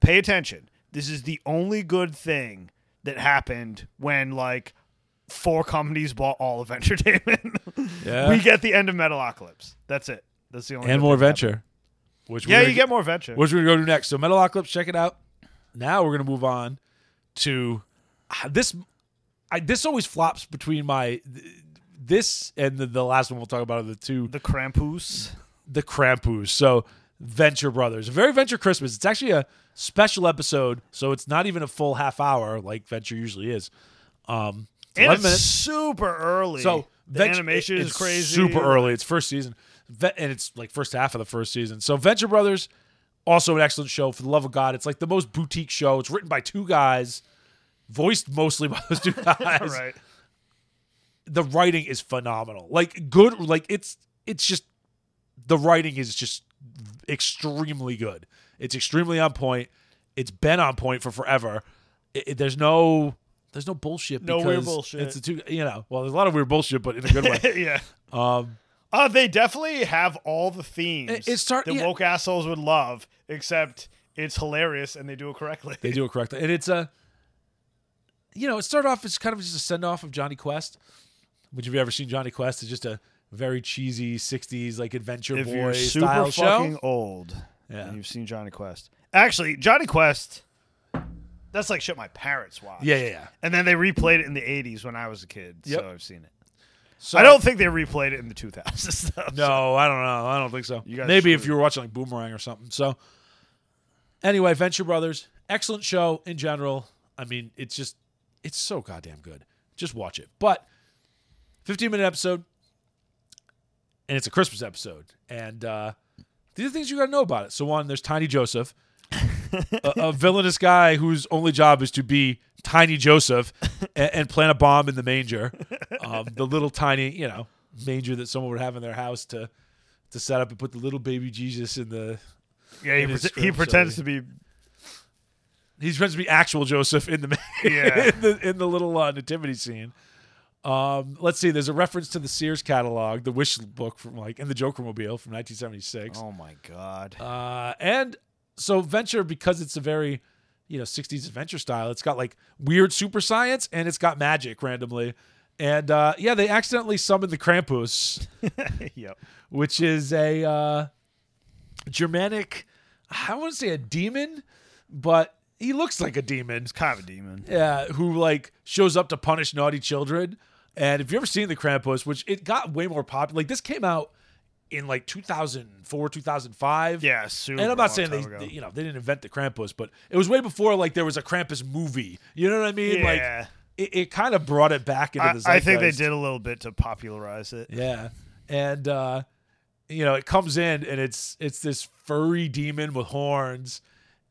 B: Pay attention. This is the only good thing that happened when like four companies bought all of entertainment.
C: Yeah.
B: we get the end of Metalocalypse. That's it. That's the only
C: and
B: good
C: more
B: thing that happened.
C: Venture. Which
B: Yeah,
C: we're gonna,
B: you get more venture.
C: Which we're going to go to next. So Metalocalypse, check it out. Now we're going to move on to ah, this. I, this always flops between my th- this and the, the last one we'll talk about are the two
B: The Krampus.
C: the Krampus. So Venture Brothers, a very Venture Christmas. It's actually a special episode, so it's not even a full half hour like Venture usually is. Um, it's
B: And
C: 11
B: it's
C: minutes.
B: super early.
C: So
B: the
C: Venture-
B: animation
C: it's
B: is crazy.
C: Super early. It's first season, Ve- and it's like first half of the first season. So Venture Brothers, also an excellent show. For the love of God, it's like the most boutique show. It's written by two guys, voiced mostly by those two guys.
B: All right.
C: The writing is phenomenal. Like good. Like it's it's just the writing is just extremely good. It's extremely on point. It's been on point for forever. It- it- there's no. There's no bullshit.
B: No weird
C: because
B: bullshit.
C: It's a two, you know. Well, there's a lot of weird bullshit, but in a good way.
B: yeah.
C: Um,
B: Uh, they definitely have all the themes
C: It- it start-
B: that
C: yeah.
B: woke assholes would love, except it's hilarious and they do it correctly.
C: They do it correctly. And it's a, you know, it started off as kind of just a send off of Johnny Quest. Would you have ever seen Johnny Quest? It's just a very cheesy 60s, like adventure
B: if
C: boy
B: you're
C: style
B: super fucking
C: show.
B: old
C: Yeah.
B: and you've seen Johnny Quest. Actually, Johnny Quest, that's like shit my parents watched.
C: Yeah, yeah, yeah.
B: And then they replayed it in the 80s when I was a kid,
C: Yep.
B: so I've seen it.
C: So,
B: I don't think they replayed it in the 2000s, though.
C: No, I don't know. I don't think so.
B: You guys
C: Maybe if
B: screwed.
C: you were watching like Boomerang or something. So, anyway, Venture Brothers, excellent show in general. I mean, it's just, it's so goddamn good. Just watch it. But 15 minute episode, and it's a Christmas episode. And uh, these are things you got to know about it. So, one, there's Tiny Joseph, a, a villainous guy whose only job is to be Tiny Joseph and, and plant a bomb in the manger, um, the little tiny, you know, manger that someone would have in their house to to set up and put the little baby Jesus in the.
B: Yeah, he,
C: It is
B: prete-
C: true,
B: he pretends
C: sorry.
B: to be.
C: He's supposed to be actual Joseph in the
B: Yeah.
C: in the in the little uh, nativity scene. Um, let's see. There's a reference to the Sears catalog, the Wish book from like, and the Joker Mobile from 1976.
B: Oh my god.
C: Uh, and so Venture, because it's a very, you know, 60s adventure style, it's got like weird super science and it's got magic randomly. And uh, yeah, they accidentally summoned the Krampus,
B: yep.
C: which is a uh, Germanic, I want to say a demon, but he looks like a demon.
B: Kind of a demon.
C: Yeah, who like shows up to punish naughty children. And if you've ever seen the Krampus, which it got way more popular, like this came out in like 2004, 2005.
B: Yeah, super.
C: And I'm not
B: long
C: saying they,
B: time ago.
C: they- you know, they didn't invent the Krampus, but it was way before like there was a Krampus movie. You know what I mean? Like
B: yeah.
C: it, it kind of brought it back into the
B: I, I think they
C: zeitgeist.
B: did a little bit to popularize it.
C: Yeah. And uh you know, it comes in and it's it's this furry demon with horns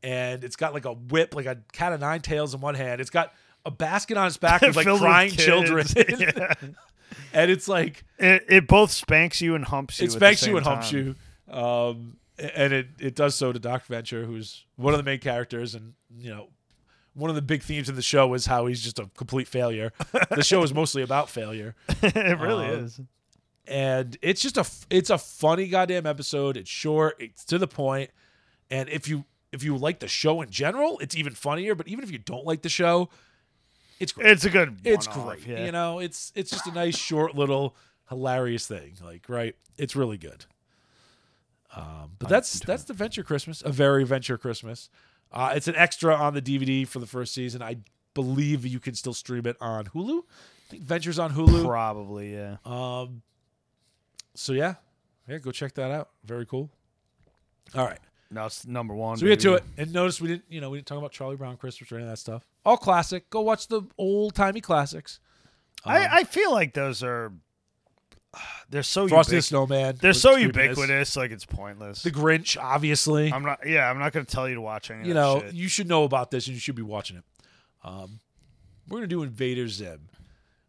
C: and it's got like a whip, like a cat of nine tails in one hand. It's got a basket on its back with like
B: Filled with
C: crying
B: kids.
C: children.
B: Yeah.
C: and it's like
B: It, it both spanks you and humps you.
C: it
B: at the
C: spanks you
B: same
C: and humps
B: time.
C: you. Um, and it, it does so to Doc Venture, who's one of the main characters. And, you know, one of the big themes in the show is how he's just a complete failure. the show is mostly about failure.
B: it really
C: Um,
B: is.
C: And it's just a, f- it's a funny goddamn episode. It's short, it's to the point. And if you, if you like the show in general, it's even funnier. But even if you don't like the show, it's great.
B: It's a good.
C: It's
B: one-off,
C: great.
B: Yeah.
C: You know, it's it's just a nice short little hilarious thing. Like, right? It's really good. Um, but that's that's the Venture Christmas, a very Venture Christmas. Uh, it's an extra on the DVD for the first season. I believe you can still stream it on Hulu. I think Venture's on Hulu.
B: Probably. Yeah.
C: Um, so yeah, yeah, go check that out. Very cool. All right,
B: No, it's number one.
C: so we get to
B: baby.
C: it, and notice we didn't, you know, we didn't talk about Charlie Brown Christmas or any of that stuff. All classic. Go watch the old timey classics. Um,
B: I, I feel like those are. They're so
C: Frosty the
B: ubiqu-
C: Snowman.
B: they're
C: was
B: so
C: ubiquitous.
B: ubiquitous. Like it's pointless.
C: The Grinch, obviously.
B: I'm not. Yeah, I'm not going to tell you to watch any. Of
C: you
B: that
C: know,
B: shit.
C: you should know about this, and you should be watching it. Um, we're gonna do Invader Zim,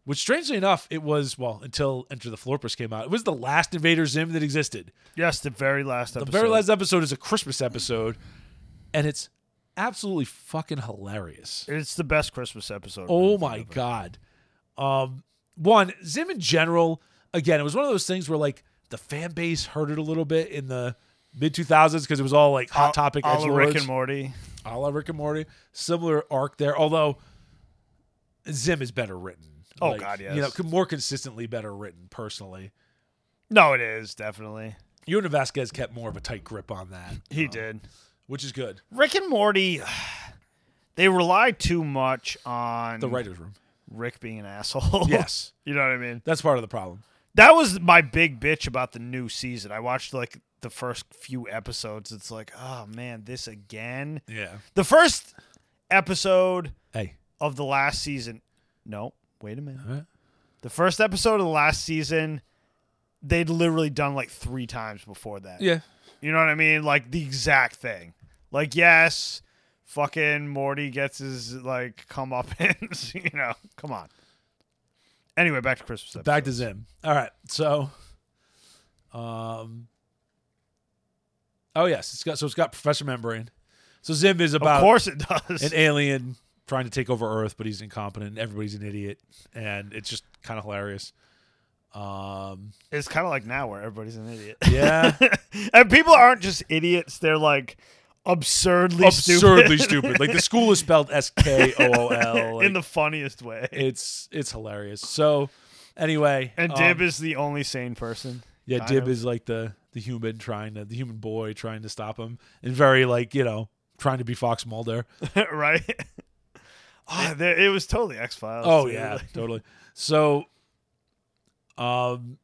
C: which, strangely enough, it was well until Enter the Florpus came out. It was the last Invader Zim that existed.
B: Yes, the very last episode.
C: The very last episode is a Christmas episode, and it's absolutely fucking hilarious.
B: It's the best Christmas episode.
C: Oh
B: I've
C: my
B: ever-
C: god. Um one, Zim in general, again, it was one of those things where like the fan base hurt it a little bit in the mid 2000s because it was all like hot topic
B: All of Rick
C: edgelords,
B: and Morty.
C: a la Rick and Morty, similar arc there, although Zim is better written.
B: Oh, God, yes.
C: You know, more consistently better written personally.
B: No, it is definitely.
C: Yuna Vasquez kept more of a tight grip on that,
B: He did.
C: which is good.
B: Rick and Morty. They rely too much on
C: The writer's room.
B: Rick being an asshole.
C: Yes.
B: you know what I mean.
C: That's part of the problem.
B: That was my big bitch about the new season. I watched like the first few episodes. It's like, oh man, this again.
C: Yeah.
B: The first episode
C: Hey.
B: of the last season. No, wait a minute.
C: Huh?
B: The first episode of the last season, they'd literally done like three times before that.
C: Yeah.
B: You know what I mean? Like the exact thing. Like, yes, fucking Morty gets his like come up and you know, come on. Anyway, back to Christmas. Episode.
C: Back to Zim. All right. So, um, oh yes, it's got so it's got Professor Membrane. So Zim is
B: Of
C: about
B: course it does.
C: an alien trying to take over Earth, but he's incompetent. and Everybody's an idiot, and it's just kind of hilarious. Um,
B: It's kind of like now where everybody's an idiot.
C: yeah,
B: and people aren't just idiots, they're like absurdly,
C: absurdly
B: stupid
C: stupid. Like the school is spelled S K O O L.
B: in the funniest way.
C: it's it's hilarious. So anyway,
B: And
C: um,
B: Dib is the only sane person.
C: Yeah,
B: Kind
C: Dib
B: of.
C: is like the the human trying to the human boy trying to stop him, and very like you know trying to be Fox Mulder.
B: right? Ah, there- it was totally X Files.
C: Oh yeah, totally. So, um,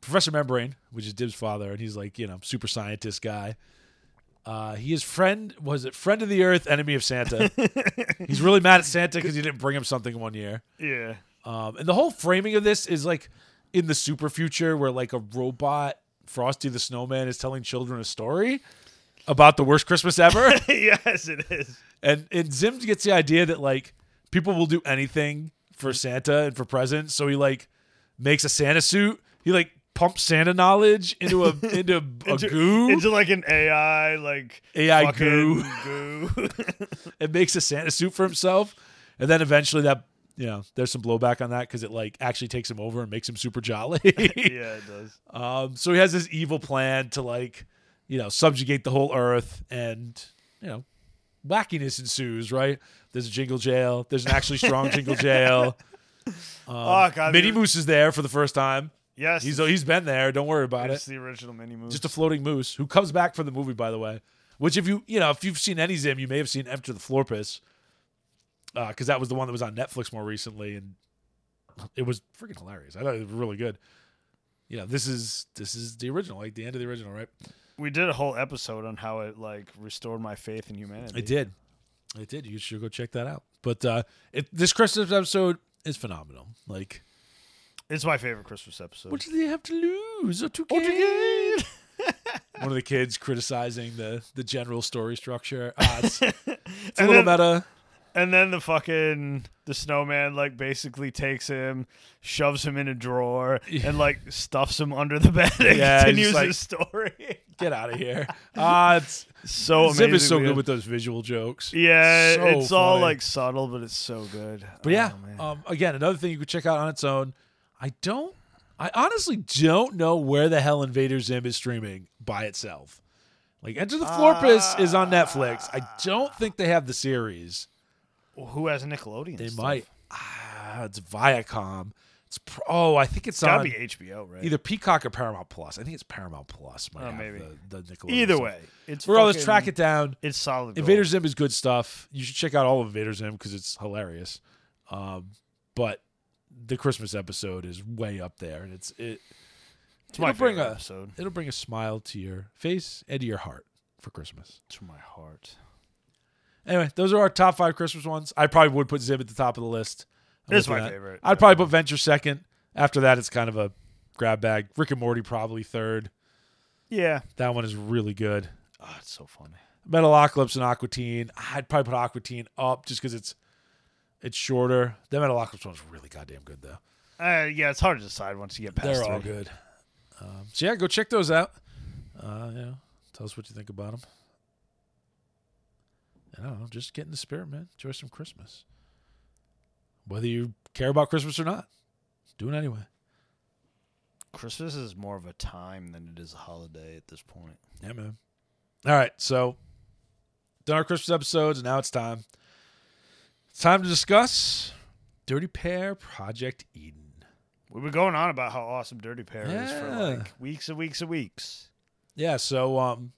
C: Professor Membrane, which is Dib's father, and he's like you know super scientist guy. Uh, he is friend was it friend of the earth, enemy of Santa. he's really mad at Santa because he didn't bring him something one year.
B: yeah.
C: Um, and the whole framing of this is like in the super future where like a robot Frosty the Snowman is telling children a story about the worst Christmas ever.
B: yes, it is.
C: and and Zim gets the idea that like people will do anything for Santa and for presents. So he like makes a Santa suit. He like pumps Santa knowledge into a into a
B: Into-
C: goo
B: Into like an AI, like
C: AI
B: fucking
C: goo.
B: goo.
C: and makes a Santa suit for himself. And then eventually that yeah, there's some blowback on that because it like actually takes him over and makes him super jolly.
B: yeah, it does.
C: Um, so he has this evil plan to like, you know, subjugate the whole earth, and you know, wackiness ensues. Right? There's a jingle jail. There's an actually strong jingle jail. Um,
B: Oh, God,
C: Minnie
B: we-
C: Moose is there for the first time.
B: Yes,
C: He's he's been there. Don't worry about it.
B: it's the original mini movie.
C: Just a floating moose who comes back for the movie, by the way. Which, if you you know, if you've seen any Zim, you may have seen After the Floor Piss, because that was the one that was on Netflix more recently, and it was freaking hilarious. I thought it was really good. You know, this is this is the original, like the end of the original, right?
B: we did a whole episode on how it like restored my faith in humanity.
C: It did, it did. You should go check that out. But uh it, this Christmas episode is phenomenal. Like,
B: It's my favorite Christmas episode.
C: what do they have to lose? Or to gain? One of the kids criticizing the the general story structure. Uh, it's, it's a
B: And
C: little
B: then-
C: meta.
B: and then the fucking the snowman like basically takes him, shoves him in a drawer, and like stuffs him under the bed and
C: Yeah, he's
B: continues
C: like-
B: his story.
C: get out of here. Uh, it's,
B: so amazing.
C: Zip is so
B: man.
C: good with those visual jokes.
B: yeah,
C: So
B: it's all
C: funny.
B: like subtle, but it's so good.
C: But yeah,
B: Oh, man.
C: um, again, another thing you could check out on its own. I don't, I honestly don't know where the hell Invader Zim is streaming by itself. Like Enter the Florpus is on Netflix. I don't think they have the series.
B: who has a Nickelodeon?
C: They
B: stuff?
C: might. Ah, it's Viacom. It's pro- oh, I think it's
B: It's gotta
C: on
B: be HBO, right?
C: either Peacock or Paramount Plus. I think it's Paramount Plus. Might
B: Oh,
C: have
B: maybe.
C: the, the Nickelodeon
B: Either
C: stuff.
B: way, it's
C: We're all just
B: fucking-
C: track it down.
B: It's solid. gold.
C: Invader Zim is good stuff. You should check out all of Invader Zim because it's hilarious. Um, but the Christmas episode is way up there, and it's it.
B: It's my
C: it'll bring
B: favorite
C: a
B: episode.
C: it'll bring a smile to your face and to your heart for Christmas.
B: To my heart.
C: Anyway, those are our top five Christmas ones. I probably would put Zim at the top of the list. I'm
B: It is
C: with
B: my
C: that.
B: favorite,
C: I'd probably put Venture second. After that, it's kind of a grab bag. Rick and Morty probably third.
B: Yeah.
C: That one is really good.
B: Oh, it's so funny.
C: Metalocalypse and Aquatine. I'd probably put Aquatine up just because it's it's shorter. The Metalocalypse one's really goddamn good though.
B: Uh, yeah, it's hard to decide once you get past.
C: They're all
B: three.
C: good. Um, so yeah, go check those out. Uh, you know, tell us what you think about them. I don't know. Just get in the spirit, man. Enjoy some Christmas. Whether you care about Christmas or not, do it anyway.
B: Christmas is more of a time than it is a holiday at this point.
C: Yeah, man. All right, so done our Christmas episodes, and now it's time. It's time to discuss Dirty Pair Project Eden.
B: We were going on about how awesome Dirty Pair is for
C: Yeah.
B: like weeks and weeks and weeks.
C: Yeah, so um,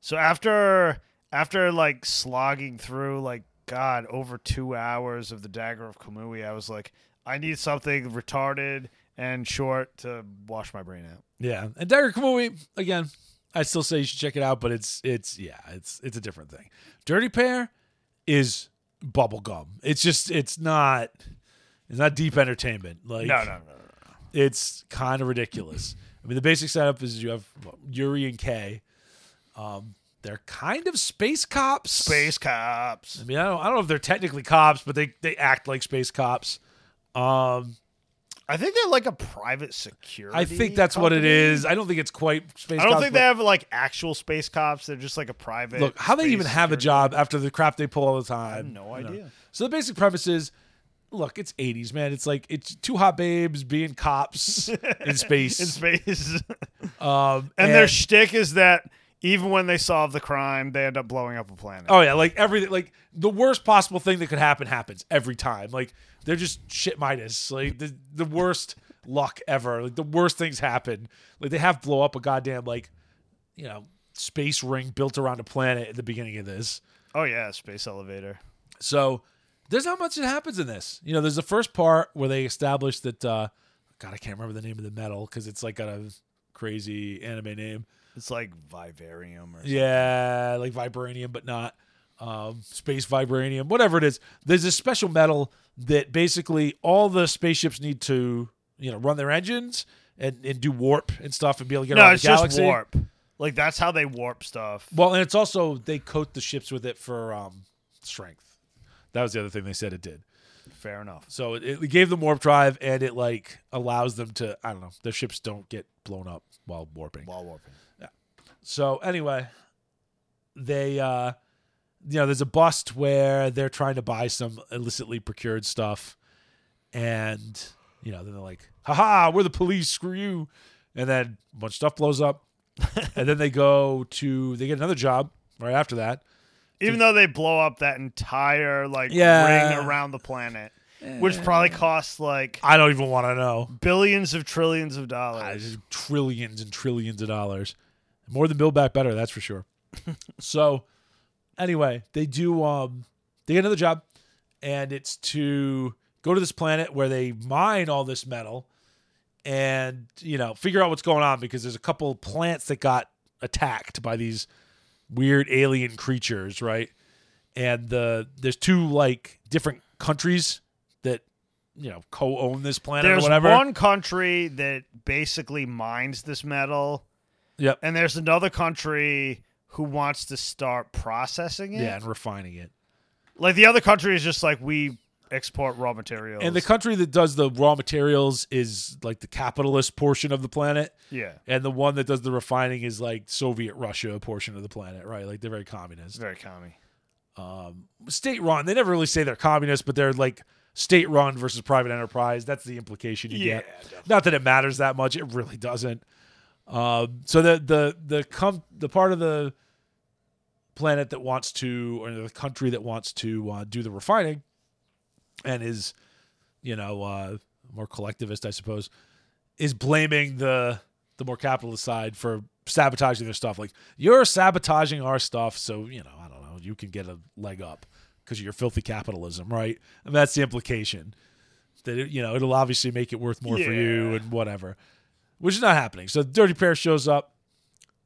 B: So after after like slogging through like God over two hours of the Dagger of Kamui, I was like, I need something retarded and short to wash my brain out.
C: yeah, and Dagger Kamui again. I still say you should check it out, but it's it's yeah, it's it's a different thing. Dirty Pair is bubblegum. It's just it's not it's not deep entertainment. Like
B: No, no, no, no. no.
C: it's kind of ridiculous. I mean, the basic setup is you have well, Yuri and Kay. Um, they're kind of space cops.
B: Space cops.
C: I mean, I don't, I don't know if they're technically cops, but they they act like space cops. Um,
B: I think they're like a private security.
C: I think that's what it
B: company.
C: is. I don't think it's quite space.
B: I don't
C: cops,
B: think
C: but
B: they have like actual space cops. They're just like a private.
C: Look, how they
B: space
C: even have a
B: security-
C: job after the crap they pull all the time.
B: I have no
C: you know.
B: idea.
C: So the basic premise is, look, it's '80s, man. It's like it's two hot babes being cops in space.
B: In space.
C: um,
B: and their shtick is that even when they solve the crime, they end up blowing up a planet.
C: Oh yeah, like everything, like the worst possible thing that could happen happens every time. Like they're just shit minus, like the the worst luck ever. Like the worst things happen. Like they have blow up a goddamn like, you know, space ring built around a planet at the beginning of this.
B: Oh yeah, space elevator.
C: So there's not much that happens in this. You know, there's the first part where they establish that. uh God, I can't remember the name of the metal because it's like got a crazy anime name.
B: It's like vivarium or
C: Yeah, like vibranium, but not um, space vibranium, whatever it is. There's this special metal that basically all the spaceships need to, you know, run their engines and, and do warp and stuff and be able to get
B: No,
C: around
B: it's
C: the galaxy.
B: just warp. Like that's how they warp stuff.
C: Well, and it's also they coat the ships with it for um, strength. That was the other thing they said it did.
B: Fair enough.
C: So it, it gave them warp drive and it like allows them to I don't know their ships don't get blown up while warping.
B: Wall warping.
C: So anyway, they uh you know, there's a bust where they're trying to buy some illicitly procured stuff, and you know, then they're like, "Haha, we're the police. Screw you!" And then a bunch of stuff blows up, and then they go to they get another job right after that.
B: Even though they blow up that entire like
C: Yeah.
B: ring around the planet, which probably costs like
C: I don't even want to know.
B: billions of trillions of dollars.
C: Uh, just trillions and trillions of dollars. More than Build Back Better, that's for sure. so, anyway, they do. Um, they get another job, and it's to go to this planet where they mine all this metal, and you know, figure out what's going on because there's a couple plants that got attacked by these weird alien creatures, right? And the there's two like different countries that you know co-own this planet
B: there's
C: or whatever.
B: one country that basically mines this metal,
C: yep.
B: and there's another country who wants to start processing it.
C: Yeah, and refining it.
B: Like the other country is just like we export raw materials.
C: And the country that does the raw materials is like the capitalist portion of the planet,
B: yeah,
C: and the one that does the refining is like Soviet Russia portion of the planet, right? Like they're very
B: it's
C: communist,
B: very commie.
C: um, state run. They never really say they're communist, but they're like state run versus private enterprise. That's the implication you
B: Yeah,
C: get. Not that it matters that much; it really doesn't. Um, so the the the com- the part of the planet that wants to, or the country that wants to uh, do the refining, and is you know uh, more collectivist, I suppose, is blaming the the more capitalist side for sabotaging their stuff. Like you're sabotaging our stuff, so you know I don't know you can get a leg up because of your filthy capitalism, right? And that's the implication that it, you know it'll obviously make it worth more for you
B: Yeah.
C: and whatever, which is not happening. So Dirty Pair shows up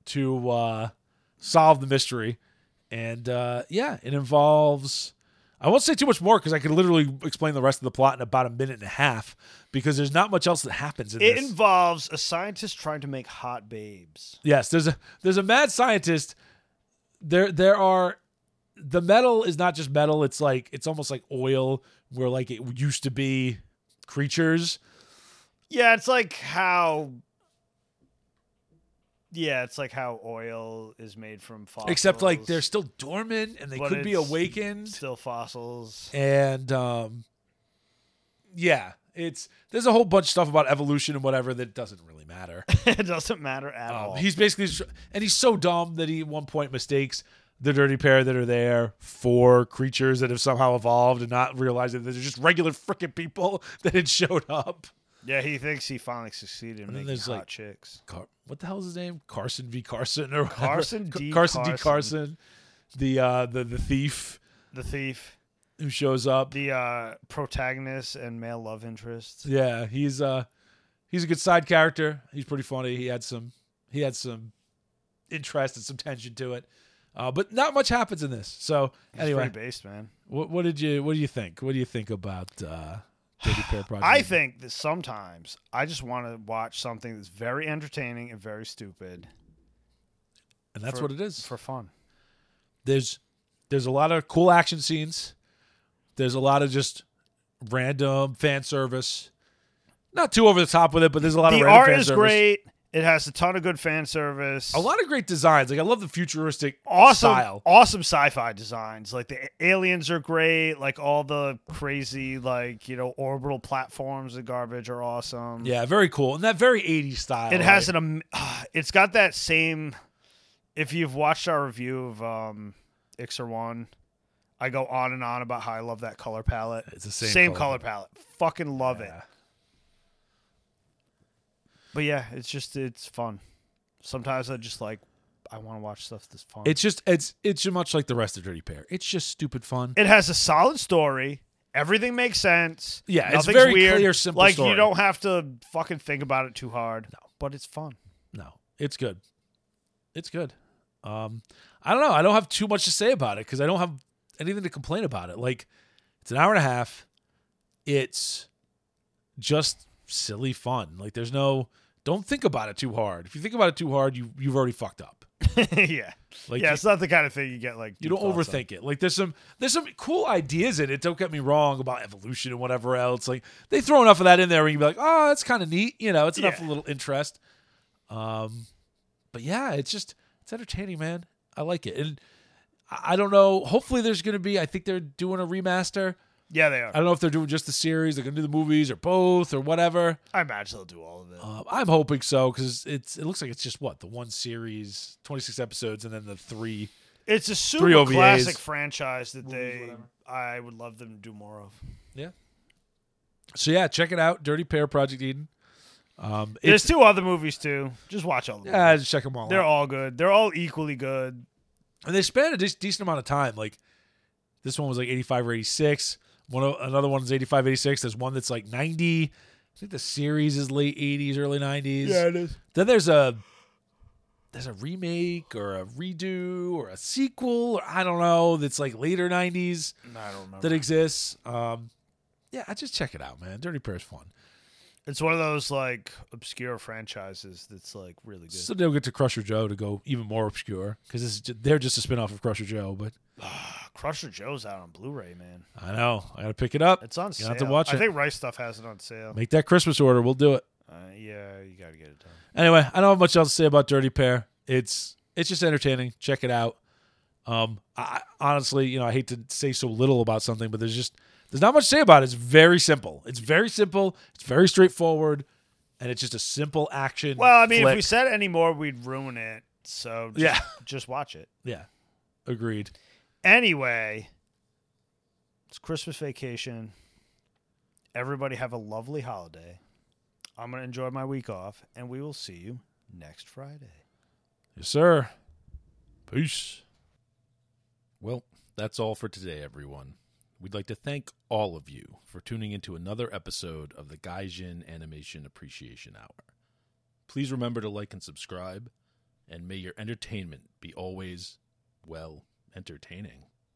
C: to uh, solve the mystery, and uh, yeah, it involves. I won't say too much more because I could literally explain the rest of the plot in about a minute and a half because there's not much else that happens in
B: It
C: this.
B: involves a scientist trying to make hot babes.
C: Yes, there's a there's a mad scientist. There there are the metal is not just metal, it's like it's almost like oil where like it used to be creatures.
B: Yeah, it's like how. Yeah, it's like how oil is made from fossils.
C: Except like they're still dormant and they
B: But
C: could be
B: it's
C: awakened.
B: still fossils.
C: And um yeah, it's there's a whole bunch of stuff about evolution and whatever that doesn't really matter.
B: it doesn't matter at
C: Um,
B: all.
C: he's basically, just- and he's so dumb that he at one point mistakes the dirty pair that are there for creatures that have somehow evolved and not realizing that they're just regular freaking people that had showed up.
B: yeah, he thinks he finally succeeded in
C: then
B: making
C: there's,
B: hot
C: like-
B: chicks.
C: Car- what the hell is his name? Carson v. Carson or whatever.
B: Carson
C: Ca-
B: D.
C: Carson D.
B: Carson.
C: Carson, the uh, the the thief
B: The thief,
C: who shows up.
B: the uh, protagonist and male love interest.
C: Yeah, he's uh he's a good side character. He's pretty funny. He had some he had some interest and some tension to it. Uh, but not much happens in this. So
B: He's
C: anyway,
B: pretty based, man.
C: What, what did you What do you think? What do you think about uh, Dirty Pair Project?
B: I think that sometimes I just want to watch something that's very entertaining and very stupid
C: and that's
B: for-
C: what it is.
B: for fun.
C: there's There's a lot of cool action scenes. There's a lot of just random fan service. Not too over the top with it, but there's a lot of
B: The
C: random
B: art
C: fan
B: is
C: service.
B: great. It has a ton of good fan service.
C: A lot of great designs. Like I love the futuristic
B: awesome,
C: style.
B: awesome sci-fi designs. Like the a- aliens are great. Like all the crazy, like you know, orbital platforms and garbage are awesome.
C: Yeah, very cool. And that very 80s style.
B: it has
C: like-
B: an. am- It's got that same. If you've watched our review of um, Ixer One, I go on and on about how I love that color palette.
C: It's the same color
B: color, palette. Fucking love it.
C: Yeah.
B: But yeah, it's just it's fun. Sometimes I just like I want to watch stuff that's fun.
C: It's just it's it's much like the rest of Dirty Pair. It's just stupid fun.
B: it has a solid story. Everything makes sense.
C: Yeah, it's
B: Nothing's
C: very
B: weird.
C: clear, simple
B: Like
C: story.
B: you don't have to fucking think about it too hard. But it's fun.
C: No, it's good. It's good. Um, I don't know. I don't have too much to say about it because I don't have anything to complain about it. Like, it's an hour and a half. It's just silly fun. Like, there's no. Don't think about it too hard. If you think about it too hard, you you've already fucked up.
B: yeah,
C: Like,
B: yeah.
C: you-
B: It's not the kind of thing you get like
C: you don't
B: deep thoughts on.
C: overthink it. Like there's some there's some cool ideas in it. Don't get me wrong about evolution and whatever else. Like they throw enough of that in there where you be like, oh, that's kind of neat. You know, it's enough
B: Yeah.
C: little interest. Um, but yeah, it's just it's entertaining, man. I like it. And I I don't know. Hopefully, there's going to be. I think they're doing a remaster.
B: Yeah, they are.
C: I don't know if they're doing just the series. They're going to do the movies or both or whatever.
B: I imagine they'll do all of it.
C: Um, I'm hoping so because it's. It looks like it's just what the one series, 26 episodes, and then the three.
B: It's a super
C: three OVAs.
B: classic franchise that
C: Movies,
B: they.
C: whatever.
B: I would love them to do more of.
C: So yeah, check it out. Dirty Pair Project Eden. Um,
B: There's
C: it's,
B: two other movies too. Just watch all of them.
C: yeah, just check them all.
B: They're
C: out.
B: all good. They're all equally good.
C: and they spent a de- decent amount of time. Like this one was like 85 or 86. One o- another one's 85, 86. There's one that's like 90. I think the series is late 80s, early 90s.
B: it is.
C: Then there's a there's a remake or a redo or a sequel or I don't know that's like later 90s
B: I don't remember.
C: that exists. Um, yeah, I just check it out, man. Dirty Pair's fun.
B: it's one of those like obscure franchises that's like really good.
C: So they'll get to Crusher Joe to go even more obscure because this is ju- they're just a spin off of Crusher Joe. But
B: Ah, Crusher Joe's out on Blu-ray, man.
C: I know I gotta pick it up.
B: It's on
C: You'll
B: sale.
C: have to watch
B: I
C: it.
B: think Rice Stuff has it on sale.
C: Make that Christmas order. We'll do it.
B: Uh, yeah, you gotta get it done.
C: Anyway, I don't have much else to say about Dirty Pair. It's it's just entertaining. Check it out. Um, I I- honestly, you know, I hate to say so little about something, but there's just there's not much to say about it. It's very simple. It's very simple. It's very straightforward, and it's just a simple action.
B: Well, I mean, if
C: flick.
B: we said any more, we'd ruin it. So just,
C: Yeah.
B: just watch it
C: yeah, agreed.
B: anyway. It's Christmas vacation. Everybody have a lovely holiday. I'm gonna enjoy my week off, and we will see you next Friday.
C: Yes, sir. Peace.
A: Well, that's all for today, everyone. We'd like to thank all of you for tuning into another episode of the Gaijin Animation Appreciation Hour. Please remember to like and subscribe, and may your entertainment be always, well, entertaining.